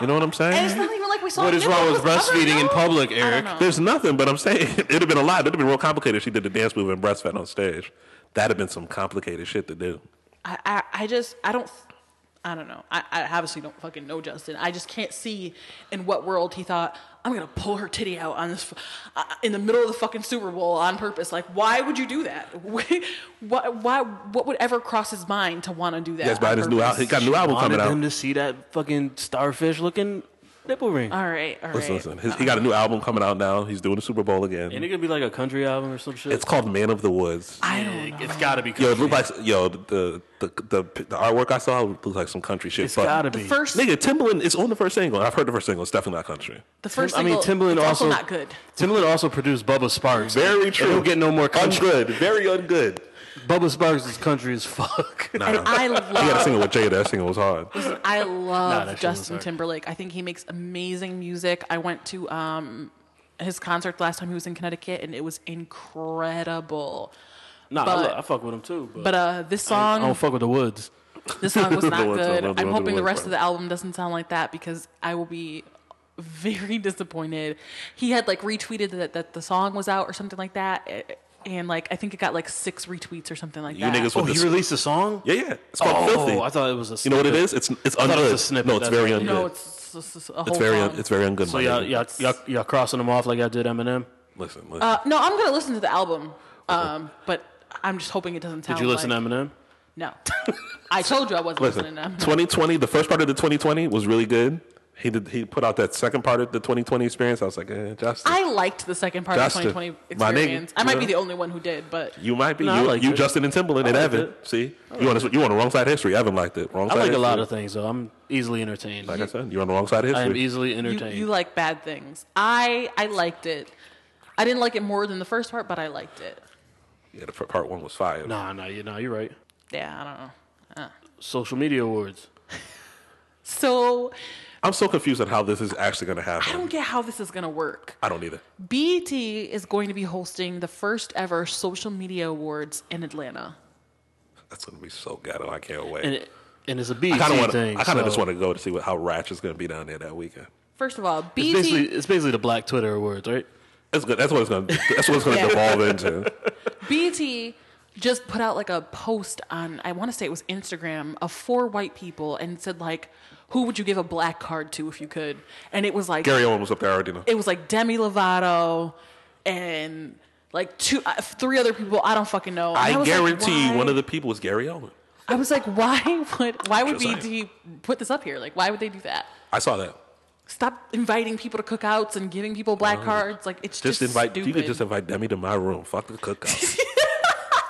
You know what I'm saying? And it's not even like we saw What a is wrong nipple with was covered, breastfeeding in no? public, I don't Eric? know. There's nothing, but I'm saying it'd have been a lot. It'd have been real complicated if she did the dance move and breastfed on stage. That'd have been some complicated shit to do. I, I, I just I don't I don't know. I, I obviously don't fucking know Justin. I just can't see in what world he thought I'm gonna pull her titty out on this f- uh, in the middle of the fucking Super Bowl on purpose. Like, why would you do that? why, why what would ever cross his mind to want to do that? Yes, but on his new purpose? al- he got a new album Wanted coming out. them to see that fucking starfish looking Nipple ring. All right, all right. Listen, listen. His, he got a new album coming out now. He's doing the Super Bowl again. Ain't it gonna be like a country album or some shit? It's called Man of the Woods. I don't know. It's gotta be. Yo, it looked like yo the the the, the artwork I saw looked like some country shit. It's but gotta be. The first- nigga Timbaland is on the first single. I've heard the first single. It's definitely not country. The first I mean, single, Timbaland it's also, also not good. Timbaland also produced Bubba Sparks. Very And true. He'll get no more country. Ungood. Very ungood. Bubba Sparks is country as fuck. Nah, nah. I He had a love. single with Jada. That single was hard. Listen, I love that shit was Justin hard. Timberlake. I think he makes amazing music. I went to um, his concert last time he was in Connecticut, and it was incredible. Nah, I, but, lo- I fuck with him too. But, but, uh, this I song, don't fuck with the Woods. this song was The not Woods, I good. love the I'm Woods, hoping the Woods, rest of right. the album doesn't sound like that because I will be very disappointed. He had like retweeted that, that the song was out or something like that, eh, and like I think it got like six retweets or something like You that. niggas Oh, with he this- released a song. Yeah, yeah. It's called oh, Filthy. I thought it was a. You know what it snippet. is? It's it's I thought it was ungood. a snippet. No, it's That's very what it ungood. is. No, it's, it's, it's a whole it's very song. un, it's very ungood. So my y'all, nigga. y'all, y'all, y'all crossing him off like I did Eminem. Listen, listen. Uh, no, I'm gonna listen to the album, um, but I'm just hoping it doesn't sound. Did you listen like, to Eminem? No, I told you I wasn't Listen, listening to Eminem. 2020, the first part of the 2020 was really good. He did, he put out that second part of the 2020 experience. I was like, eh, Justin, I liked the second part Justin, of the 2020 my nigga, experience. I might be yeah. the only one who did, but you might be No, I you, liked you it. Justin and Timberland I and liked Evan. it. See, you on the- you on the wrong side of history. Evan liked it. Wrong I side like a of lot history. of things though. I'm easily entertained. Like I said, you're on the wrong side of I history. am easily you, entertained. you like bad things. I I liked it. I didn't like it more than the first part, but I liked it. yeah, the fir- part one was fire. Nah, nah, you, nah, you're right. Yeah, I don't know. Uh. Social media awards. So I'm so confused at how this is actually going to I happen. don't get how this is gonna work. I don't either. BET is going to be hosting the first ever social media awards in Atlanta. That's going to be so ghetto. I can't wait. And it, and it's a I BET kind of want. thing. I kind of so just want to go to see what, how ratchet's going to be down there that weekend. First of all, E It's BET basically, it's basically the Black Twitter awards, right? That's good. That's what it's going. to That's what it's going to Yeah. devolve into. BT just put out like a post on I want to say it was Instagram of four white people and said like who would you give a black card to if you could and it was like Gary Owen was up there already. Know. it was like Demi Lovato and like two uh, three other people I don't fucking know Oh, And I, was like, guarantee why- one of the people was Gary Owen. I was like why would why would Just BT put this up here like why would they do that I saw that. stop inviting people to cookouts and giving people black cards like it's just, Just, invite. You stupid. could just invite Demi to my room. Fuck the cookout.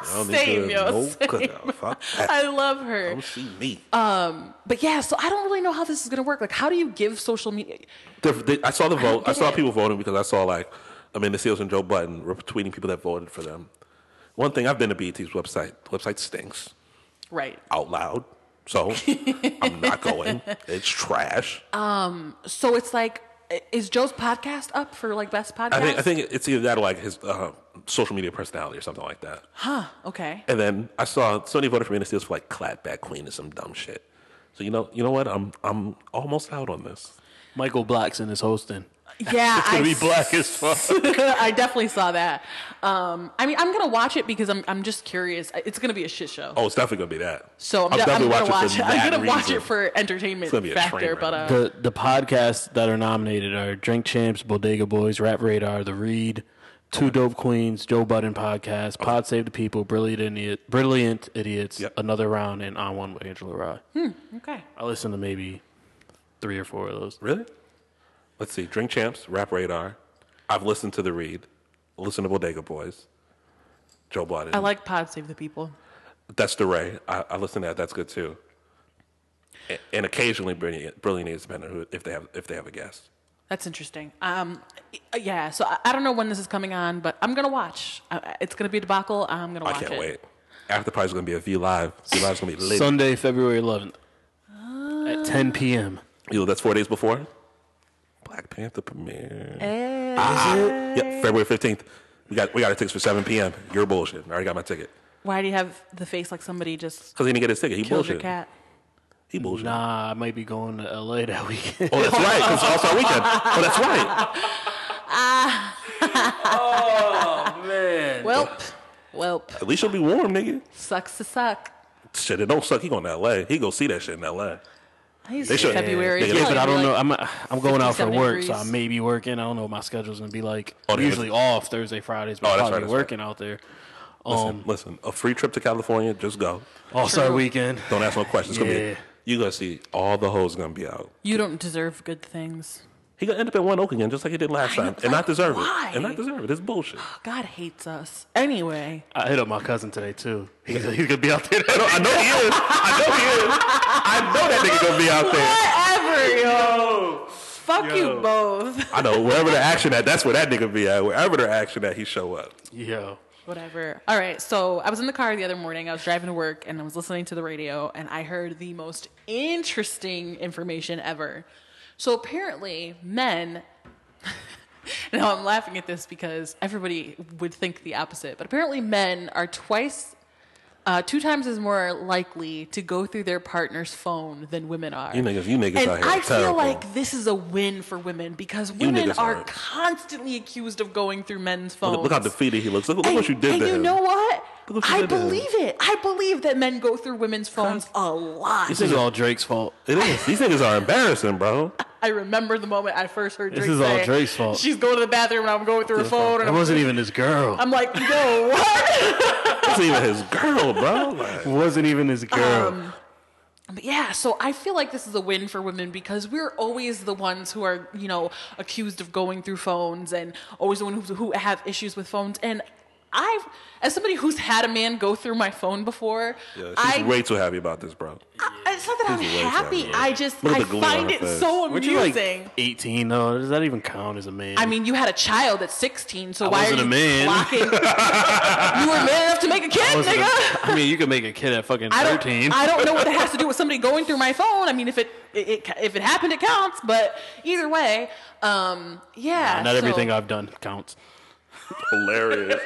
I don't Same, need to, yo, no same. cookout. Fuck that. I love her Come see me. Um, but yeah, so I don't really know how this is gonna work. Like, how do you give social media? The- the- I saw the don't vote. I, get saw it. people voting because I saw like Amanda Seals and Joe Button were tweeting people that voted for them. One thing I've been to BET's website. The website stinks Right. out loud, so I'm not going. It's trash. Um, so it's like, i- is Joe's podcast up for like best podcast? I think I think it's either that or like his uh, social media personality or something like that. Huh. Okay. And then I saw somebody voted for Man of Steel for like clapback queen and some dumb shit. So you know, you know what? I'm I'm almost out on this. Michael Blackson is hosting. Yeah, it's gonna I be black as fuck. I definitely saw that. Um, I mean, I'm gonna watch it because I'm I'm just curious. I- It's gonna be a shit show. Oh, it's definitely gonna be that. So I'm, I'm de- I'm definitely gonna watching for watch it. I'm that gonna watch reason. it for It's entertainment gonna be a train factor. wreck. But uh, the the podcasts that are nominated are Drink Champs, Bodega Boys, Rap Radar, The Read, Two Dope Queens, Joe Budden Podcast, Pod Save the People, Brilliant Idiot, Brilliant Idiots, Another Round, and On One with Angela Rye. hmm, okay. I listened to maybe three or four of those. Really? Let's see. Drink Champs, Rap Radar. I've listened to The Read. Listen to Bodega Boys. Joe Budden. I like Pod Save the People. That's the Ray. I, I listen to that. That's good too. A- And occasionally, brilliant, brilliant is depending who if they have if they have a guest. That's interesting. Um, y- yeah. So I, I don't know when this is coming on, but I'm gonna watch. I- I, it's gonna be a debacle. I'm gonna I watch can't it. wait. After party's gonna be a V Live. V Live's gonna be lit. Sunday, February 11th at 10 p.m. You know that's four days before. Black Panther premiere. Eh. Yep, February fifteenth. We got we got our tickets for seven p.m. You're bullshit. I already got my ticket Why do you have the face like somebody just because he didn't get his ticket. He killed your bullshit. cat? He bullshit. Nah, I might be going to LA that weekend. Oh, that's right. Because All Star Weekend. Oh, that's right. oh man. Welp. Welp. At least you'll be warm, nigga. Sucks to suck. Shit, it don't suck. He going to L.A. He go see that shit in L.A. I used They to should- February. Yeah, it's yeah, probably but I don't like- know. I'm I'm going out for 50, work, 70 so I may be working. I don't know what my schedule's gonna be like. Oh, I'm yeah, usually off Thursday, Fridays, but Oh, I'm that's probably right, that's working out there. Listen, Um, listen, a free trip to California, just go. All-Star True. weekend. Don't ask no questions. It's gonna be Yeah. You're gonna see all the hoes gonna be out. You don't deserve good things. He gonna end up in one oak again, just like he did last time, and not deserve it, and not deserve it. It's bullshit. God hates us. Anyway, I hit up my cousin today too. He's, he's gonna be out there. I know, I know he is. I know he is. I know that nigga gonna be out there. Whatever, yo. Fuck Yo. you both. I know wherever the action at, that's where that nigga be at. Wherever the action at, he show up. Yo. Whatever. All right. So I was in the car the other morning. I was driving to work and I was listening to the radio and I heard the most interesting information ever. So apparently, men. now I'm laughing at this because everybody would think the opposite, but apparently, men are twice. Uh, two times as more likely to go through their partner's phone than women are. You niggas- you niggas and out here I are feel terrible. like this is a win for women because You women niggas are are- constantly accused of going through men's phones. Look, look how defeated he looks. Look, look and, what you did and to you him. know what? Look what you I did to him. believe it. I believe that men go through women's phones a lot. These niggas- Drake's fault. It is. These niggas are embarrassing, bro. I remember the moment I first heard This Drake is all say, Drake's fault. She's going to the bathroom and I'm going through her phone. That And I'm, wasn't even his girl. Oh, I'm like, yo, what? That's even his girl, bro. Like, wasn't even his girl. But yeah, so I feel like this is a win for women because we're always the ones who are, you know, accused of going through phones and always the one who, who have issues with phones. And I've, as somebody who's had a man go through my phone before, Yeah, she's I way too happy about this, bro. It's not that I'm She's way happy. too I just Look at I the glue on find her it face. so Weren't you like amusing. 18 though? Does that even count as a man? I mean, you had a child at 16, so I why wasn't are a you man. blocking? you were man enough to make a I kid, wasn't a- nigga. I mean, you could make a kid at fucking I don't. 13. I don't know what that has to do with somebody going through my phone. I mean, if it, it, it if it happened, it counts. But either way, um, yeah. Not so- everything I've done counts. Hilarious.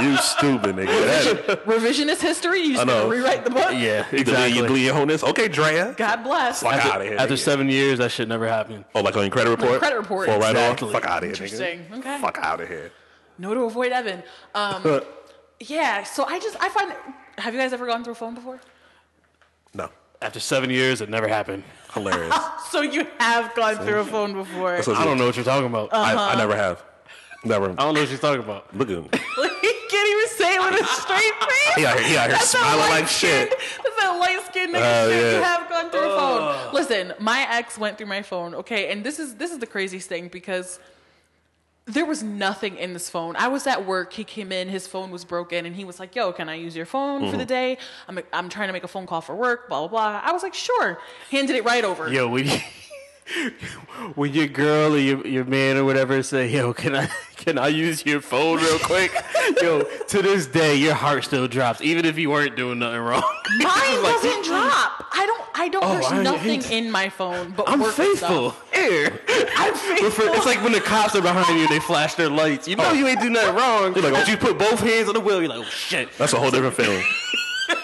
you stupid nigga. That- revisionist history. You I just know. gotta rewrite the book. Yeah, You delete- You exactly. delete your own this? Okay, Drea. God bless. Fuck after, out of here. after nigga. seven years, that shit never happened. Oh, like on your credit Like report? credit report. Full right off? Exactly. Fuck out of here, Interesting. nigga. Okay. Fuck out of here. No to avoid Evan. Um, yeah. So I just I find. Have you guys ever gone through a phone before? no. After seven years, it never happened. Hilarious. So you have gone through a phone before. I don't know what you're talking about. Uh-huh. I, I never have. Never. I don't know what she's talking about. Look at him. he can't even say it with a straight face. He out here, he out here That's how smiling light like shit. That's that light skinned nigga Oh, shit. You yeah. have gone through a phone. Ugh. Listen, my ex went through my phone, okay, and this is this is the craziest thing because there was nothing in this phone. I was at work. He came in. His phone was broken, and he was like, "Yo, can I use your phone for Mhm. Mm-hmm. the day? I'm I'm trying to make a phone call for work. Blah blah blah." I was like, "Sure." Handed it right over. Yo, when, when your girl or your, your man or whatever say, "Yo, can I can I use your phone real quick?" Yo, to this day, your heart still drops, even if you weren't doing nothing wrong. Mine Like- doesn't drop. I don't. I don't. Oh, there's I- nothing in my phone. But I'm work and stuff. faithful. Here. I'm faithful. it's like when the cops are behind you, they flash their lights. You Oh. know you ain't do nothing wrong, but you put both hands on the wheel. You're like, "Oh shit." That's a whole different feeling.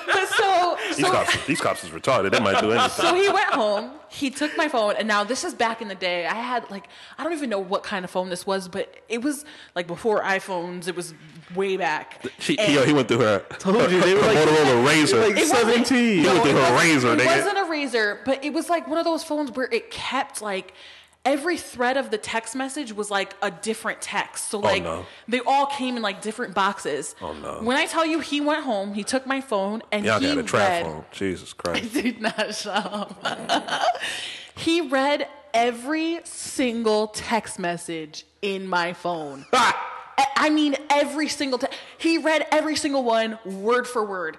But so, These so, cops, these cops is retarded. They might do anything. so he went home. He took my phone, and now this is back in the day. I had like I don't even know what kind of phone this was, but it was like before iPhones. It was way back. She, And- yo, he went through her. Told you, they were like- Motorola Razor. like Eh. It wasn't- He no, went through it her wasn't- Razor, It nigga. wasn't a razor, but it was like one of those phones where it kept like every thread of the text message was like a different text. So like Oh, no. they all came in like different boxes. Oh, no. When I tell you he went home, he took my phone and Y'all he got a trap read, phone. Jesus I Christ. did not show. he read every single text message in my phone. Ah! I- I mean, every single text. He read every single one word for word.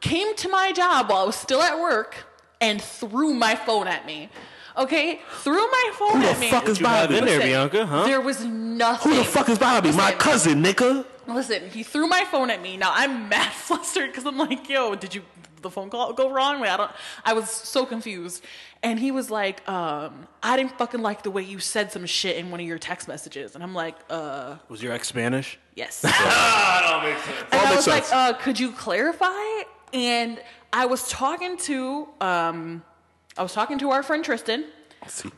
Came to my job while I was still at work and threw my phone at me. Okay, threw my phone Who the at me. fuck is Bobby? Been there, Listen, Bianca, huh? There was nothing. Who the fuck is Bobby? My cousin, nigga. Listen, he threw my phone at me. Now I'm mad flustered because I'm like, yo, did you the phone call go wrong? Like, I don't. I was so confused. And he was like, um, I didn't fucking like the way you said some shit in one of your text messages. And I'm like, uh, Was your ex Spanish? yes. Ah, that don't make sense. and I was like, uh, could you clarify? And I was talking to, um, I was talking to our friend Tristan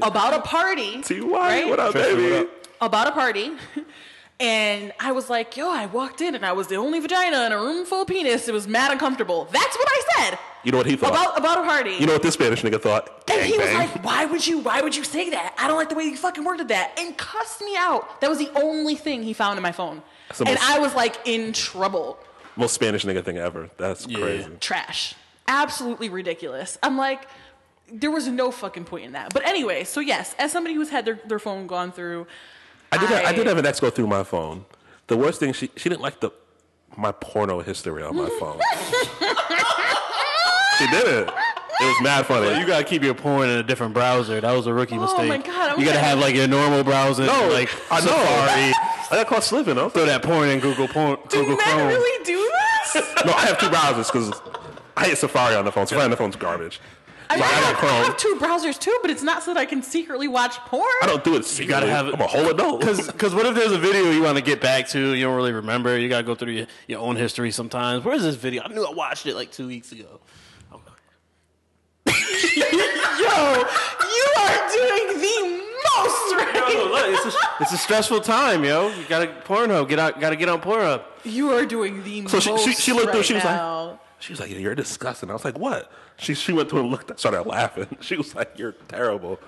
about a party. T Y, what up, Tristan, baby? what up? About a party. And I was like, yo, I walked in and I was the only vagina in a room full of penis. It was mad uncomfortable. That's what I said You know what he thought? about about a party. you know what this Spanish nigga thought? and Gang he was bang. like, why would you, why would you say that? I don't like the way you fucking worded that. And cussed me out. That was the only thing he found in my phone. That's the And most- I was like in trouble. Most Spanish nigga thing ever. That's crazy. trash. Absolutely ridiculous. I'm like, there was no fucking point in that. But anyway, so yes, as somebody who's had their, their phone gone through, I did. Have, I did have an ex go through my phone. The worst thing she she didn't like the my porno history on my phone. she did it. It was mad funny. You gotta keep your porn in a different browser. That was a rookie mistake. my God, I'm you gotta like- have like your normal browser, No, like I know. Safari. I got caught slipping. I'll throw that porn in Google porn. Google men Chrome. really do this? No, I have two browsers because I hit Safari on the phone. Safari on the phone's garbage. I, mean, So I, I got have, I Chrome. have two browsers too, but it's not so that I can secretly watch porn. I don't do it. You gotta have. I'm a whole adult. Because what if there's a video you want to get back to? You don't really remember. You gotta go through your, your own history sometimes. Where's this video? I knew I watched it like two weeks ago. Yo, you are doing the most right Yo, look, it's a, it's a stressful time, yo. You gotta Pornhub. Get out. Gotta get on Pornhub. You are doing the So most she, she, she looked right through. She was now. like, she was like, "You're disgusting." I was like, "What?" She she went through and looked. Started laughing. She was like, "You're terrible."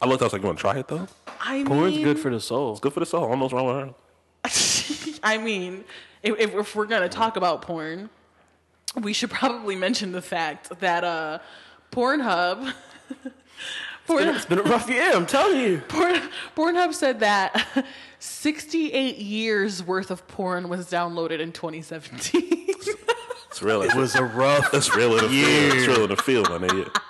I looked. I was like, "You want to try it though?" I Porn's mean- good for the soul. It's good for the soul. I don't know what's wrong with her. I mean, if, if, if we're gonna talk about porn, we should probably mention the fact that uh, Pornhub, Porn, It's been a rough year. I'm telling you. Porn, Pornhub said that 68 years worth of porn was downloaded in 2017. It's real. It was a rough. It's real in the year. field. It's real in the field, my nigga.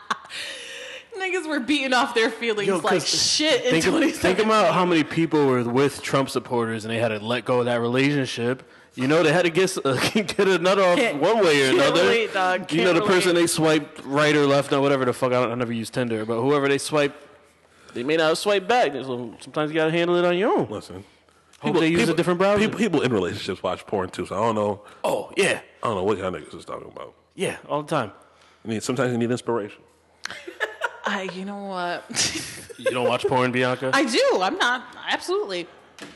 Niggas were beating off their feelings Yo, 'cause like shit in Think, of- 2017. think about how many people were with Trump supporters and they had to let go of that relationship. You know, they had to get, s- get another off Can't- one way or can't another. relate, dog. you know, Can't the person relate. they swiped right or left, or whatever the fuck. I, don't, I never use Tinder, but whoever they swipe, they may not swipe back. So sometimes you gotta handle it on your own. Listen, hope they use a different browser. People, people in relationships watch porn too, so I don't know. Oh yeah, I don't know what y'all niggas is talking about. yeah, all the time. You need sometimes you need inspiration. I, you know what? You don't watch porn, Bianca. I do. I'm not. Absolutely.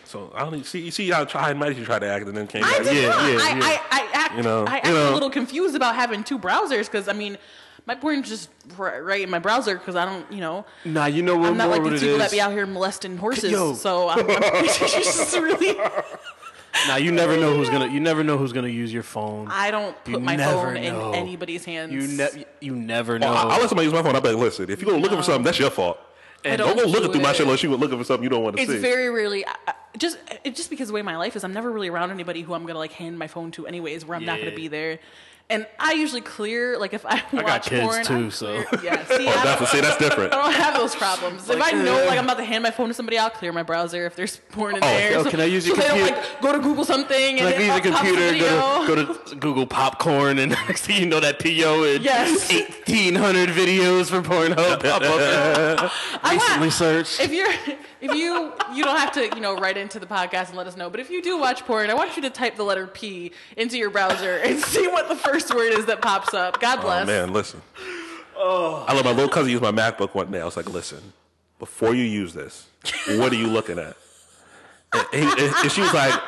So I don't even- see. You see, I tried, might you tried to act and then came. I back. did not. I, I, I act, You know, I act you know. a little confused about having two browsers because I mean, my porn's just right, right in my browser because I don't, you know, Nah, you know what? I'm not more like what these it people is. that be out here molesting horses. Yo. So I'm, I'm just really, Now you never know who's gonna. You never know who's gonna use your phone. I don't put You my never phone know. in anybody's hands. You ne- You never know. Well, Oh, I, I let somebody use my phone. I bet. Listen, if you go looking for something, that's your fault. I And don't don't, go looking do through my it. shit unless you were looking for something you don't want to it's see. very rarely. I, I- just uh, it, just because the way my life is, I'm never really around anybody who I'm gonna like hand my phone to, anyways. Where I'm not gonna Yeah. be there, and I usually clear like if I watch I got kids porn, too, so Yeah, see, oh, I don't- definitely. See, that's different. I don't have those problems. if I know like I'm about to hand my phone to somebody, I'll clear my browser if there's porn in Oh, there. oh, can I use so your They computer? don't like go to Google something and like then use a up pops computer, video. go to go to Google popcorn, and next thing you know that PO and Yes. eighteen hundred videos for Pornhub pop up. I want- Recently searched. If you're, if you, you don't have to, you know, write into the podcast and let us know. But if you do watch porn, I want you to type the letter P into your browser and see what the first word is that pops up. God bless. Oh man, listen. I let my little cousin use my MacBook one day. I was like, listen, before you use this, what are you looking at? And, and- and she was like,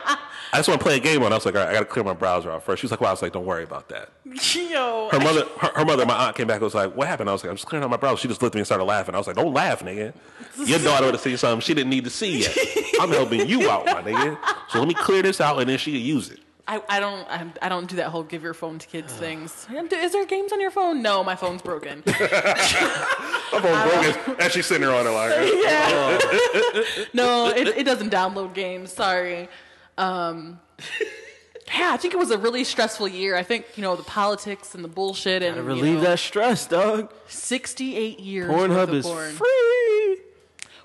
I just want to play a game on. it." I was like, all right, I got to clear my browser out first. She was like, well, I was like, don't worry about that. Yo, Her mother, her, her mother, and my aunt came back. and was like, "What happened?" I was like, "I'm just clearing out my browser." She just looked at me and started laughing. I was like, "Don't laugh, nigga. Your daughter would have seen something she didn't need to see yet. I'm helping you out, my nigga. So let me clear this out, and then she can use it." I, I don't I, I don't do that whole give your phone to kids things. Is there games on your phone? No, my phone's broken. I'm broken, and she's sitting there on it like, Yeah. no, it, it doesn't download games. Sorry. Um, yeah, I think it was a really stressful year. I think you know the politics and the bullshit and To you relieve know, that stress, dog. Sixty-eight years. worth Pornhub of is porn. free.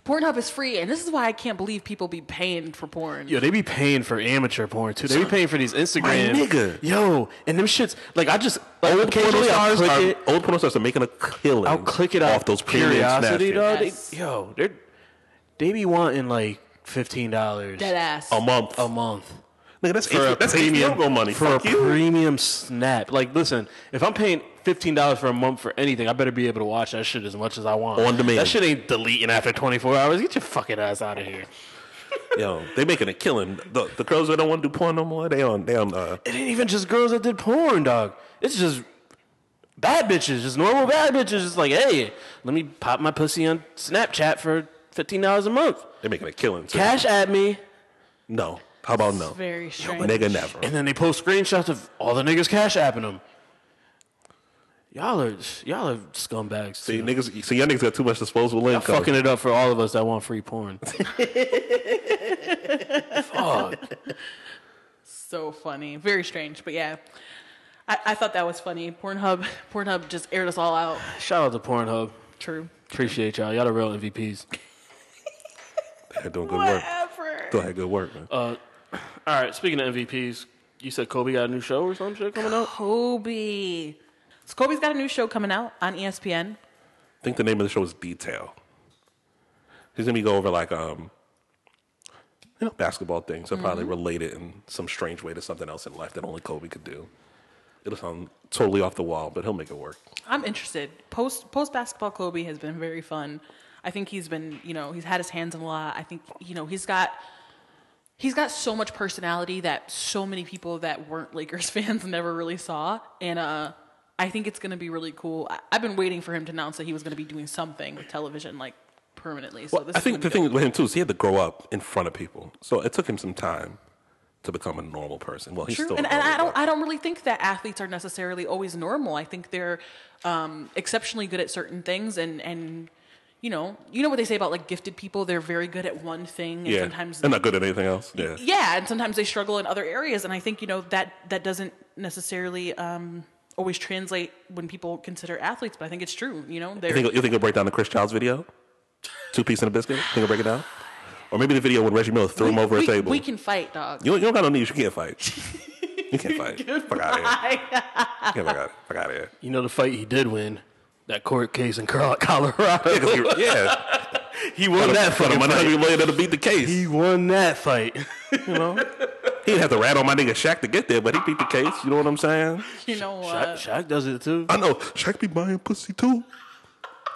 Pornhub is free, and this is why I can't believe people be paying for porn. Yo, they be paying for amateur porn too. They be paying for these Instagram. nigga. Yo, and them shits. Like I just like Old porno occasionally I'll stars click are, it. old porno stars are making a killing. I'll click it off those premium Curiosity, Snapchats. dog. They, yo, they're they be wanting like fifteen dollars. Dead ass. A month. A month. Nigga, that's H- that's HBO money. for Fuck a you. premium snap. Like, listen, if I'm paying fifteen dollars for a month for anything, I better be able to watch that shit as much as I want On demand. That shit ain't deleting after twenty four hours. Get your fucking ass out of here. Yo, they making a killing. The, the girls that don't want to do porn no more, they on they on. Uh, It ain't even just girls that did porn, dog. It's just bad bitches, just normal bad bitches. Just like, hey, let me pop my pussy on Snapchat for fifteen dollars a month. they making a killing. Too. Cash at me. No. How about no? Very strange. Nigga, never. And then they post screenshots of all the niggas cash apping them. Y'all are y'all are scumbags. See, niggas, see, y'all niggas got too much disposable Y'all income. fucking it up for all of us that want free porn. So funny. Very strange, but yeah. I, I thought that was funny. Pornhub Pornhub just aired us all out. Shout out to Pornhub. True. Appreciate y'all. Y'all the real MVPs. They're doing good Whatever. work. Still had good work, man. Uh, all right. Speaking of MVPs, you said Kobe got a new show or some shit coming out. Kobe. So Kobe's got a new show coming out on E ESPN. I think the name of the show is Detail. He's gonna be go over like um, you know, basketball things. They're probably Mhm. related in some strange way to something else in life that only Kobe could do. It'll sound totally off the wall, but he'll make it work. I'm interested. Post post basketball Kobe has been very fun. I think he's been, you know, he's had his hands in a lot. I think, you know, he's got he's got so much personality that so many people that weren't Lakers fans never really saw. And uh I think it's gonna be really cool. I, I've been waiting for him to announce that he was gonna be doing something with television like permanently. So Well, this I is think gonna the be dope. thing with him too is he had to grow up in front of people, so it took him some time to become a normal person. Well, he's True, still and, a and normal I don't. I don't really think that athletes are necessarily always normal. I think they're um, exceptionally good at certain things, and and you know, you know what they say about like gifted people. They're very good at one thing, and yeah, sometimes they're not good at anything else. Yeah, yeah, and sometimes they struggle in other areas. And I think you know that that doesn't necessarily um, always translate when people consider athletes, but I think it's true. You know, you they're think you think he'll break down the Chris Childs video, two piece and a biscuit? Think he'll break it down, or maybe the video when Reggie Miller threw him over we, a table. We can fight, dog. You, you don't got no knees. You can't fight. You can't fight. Fuck out of here. Get the fuck out. Fuck out of here. You know the fight he did win, that court case in Col- Colorado. Yeah, 'cause he- yeah. he won that for fucking him. I know fight. he million to beat the case. He won that fight. You know, Uh, he didn't have to rat on my nigga Shaq to get there, but he beat the case. You know what I'm saying? You know uh, what? Shaq does it too. I know Shaq be buying pussy too.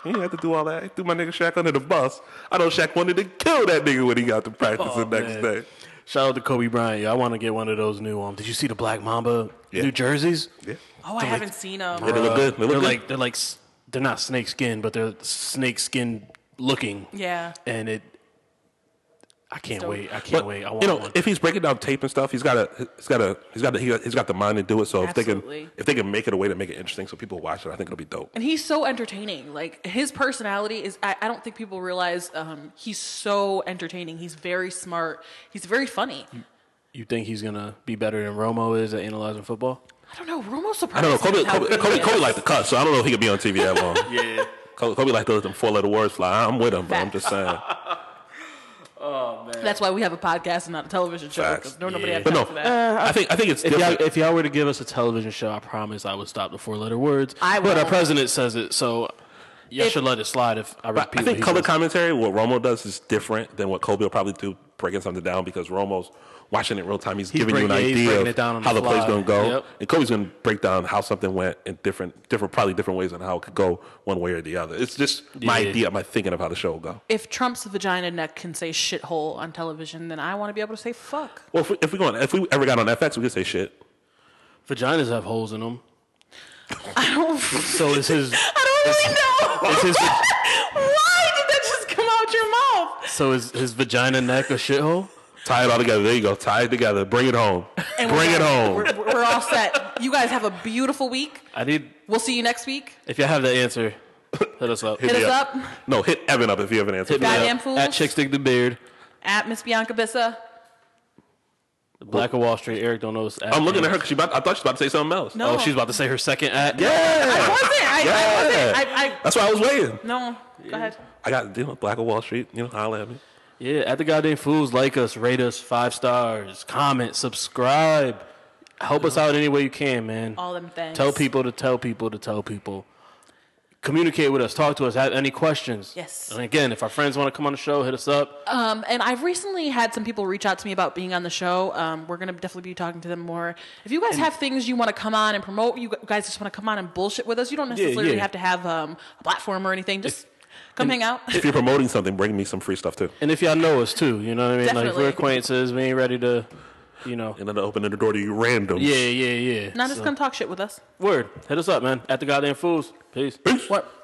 He didn't have to do all that. He threw my nigga Shaq under the bus. I know Shaq wanted to kill that nigga when he got to practice Oh, the next man. day. Shout out to Kobe Bryant. Yeah, I want to get one of those new. Um, did you see the Black Mamba new jerseys? Yeah. Oh, I haven't seen them. Bruh, They look are good. like they're like s- they're not snake skin, but they're snake skin looking. Yeah. And it, I can't dope. wait. I can't But, wait. I want you know, one. if he's breaking down tape and stuff, he's got a, he's got a, he's got, the, he got he's got the mind to do it. So if they Absolutely. can, if they can make it a way to make it interesting, so people watch it, I think it'll be dope. And he's so entertaining. Like his personality is, I, I don't think people realize um, he's so entertaining. He's very smart. He's very funny. You think he's gonna be better than Romo is at analyzing football? I don't know. Romo I surprised. don't know. Kobe, me how Kobe, good Kobe, he is. Kobe liked the cut, so I don't know if he could be on TV that long. yeah. Kobe, Kobe liked those them four letter words fly. I'm with him, but I'm just saying. Oh man. That's why we have a podcast and not a television show. Because no, nobody had But time no, for that. uh, I think I think it's If y'all, different. if y'all were to give us a television show, I promise I would stop the four letter words. I But our will. president says it, so y'all should let it slide. If I repeat, But I what think he color says. commentary, what Romo does, is different than what Kobe will probably do, breaking something down because Romo's watching it real time. He's, He's giving you an breaking- yeah, he's idea breaking of it down on how the the, play's fly. going to go, Yep. and Kobe's going to break down how something went in different, different, probably different ways on how it could go one way or the other. It's just my Yeah. idea, my thinking of how the show will go. If Trump's vagina neck can say shithole on television, then I want to be able to say fuck. Well, if we, if we go on, if we ever got on FX, we could say shit. Vaginas have holes in them. I don't. So is his. I don't really know. It's his- Why did that just come out your mouth? So is his vagina neck a shithole? Tie it all together. There you go. Tie it together. Bring it home. we're Bring it done. home. We're, we're all set. You guys have a beautiful week. I need. We'll see you next week. If y'all have the answer, hit us up. Hit Hit me us up. up. No, hit Evan up if you have an answer. Hit me Goddamn up. fools. At Chick Stick the Beard, At Miss Bianca Bissa. Black of Wall Street. Eric don't know. I'm looking at her because she about, I thought she was about to say something else. No. Oh, she's about to say her second act. Yeah. I, I wasn't. I, I, That's why I was waiting. no, go ahead. I got you know, Black of Wall Street. You know, holla at me. Yeah, at the goddamn fools, like us, rate us five stars, comment, subscribe, help us out any way you can, man. All them things. Tell people to tell people to tell people. Communicate with us. Talk to us. Have any questions? Yes. And again, if our friends want to come on the show, hit us up. Um, and I've recently had some people reach out to me about being on the show. Um, we're gonna definitely be talking to them more. If you guys have things you want to come on and promote, you guys just want to come on and bullshit with us. You don't Yeah, necessarily yeah. have to have um, a platform or anything. Just come hang out. If you're promoting something, bring me some free stuff too. And if y'all know us too, you know what I mean. Like if Definitely. we're acquaintances, we ain't ready to, you know. And then opening the door to you random. Yeah, yeah, yeah. Not just So- come talk shit with us. Word. Hit us up, man. At the goddamn fools. Peace. What?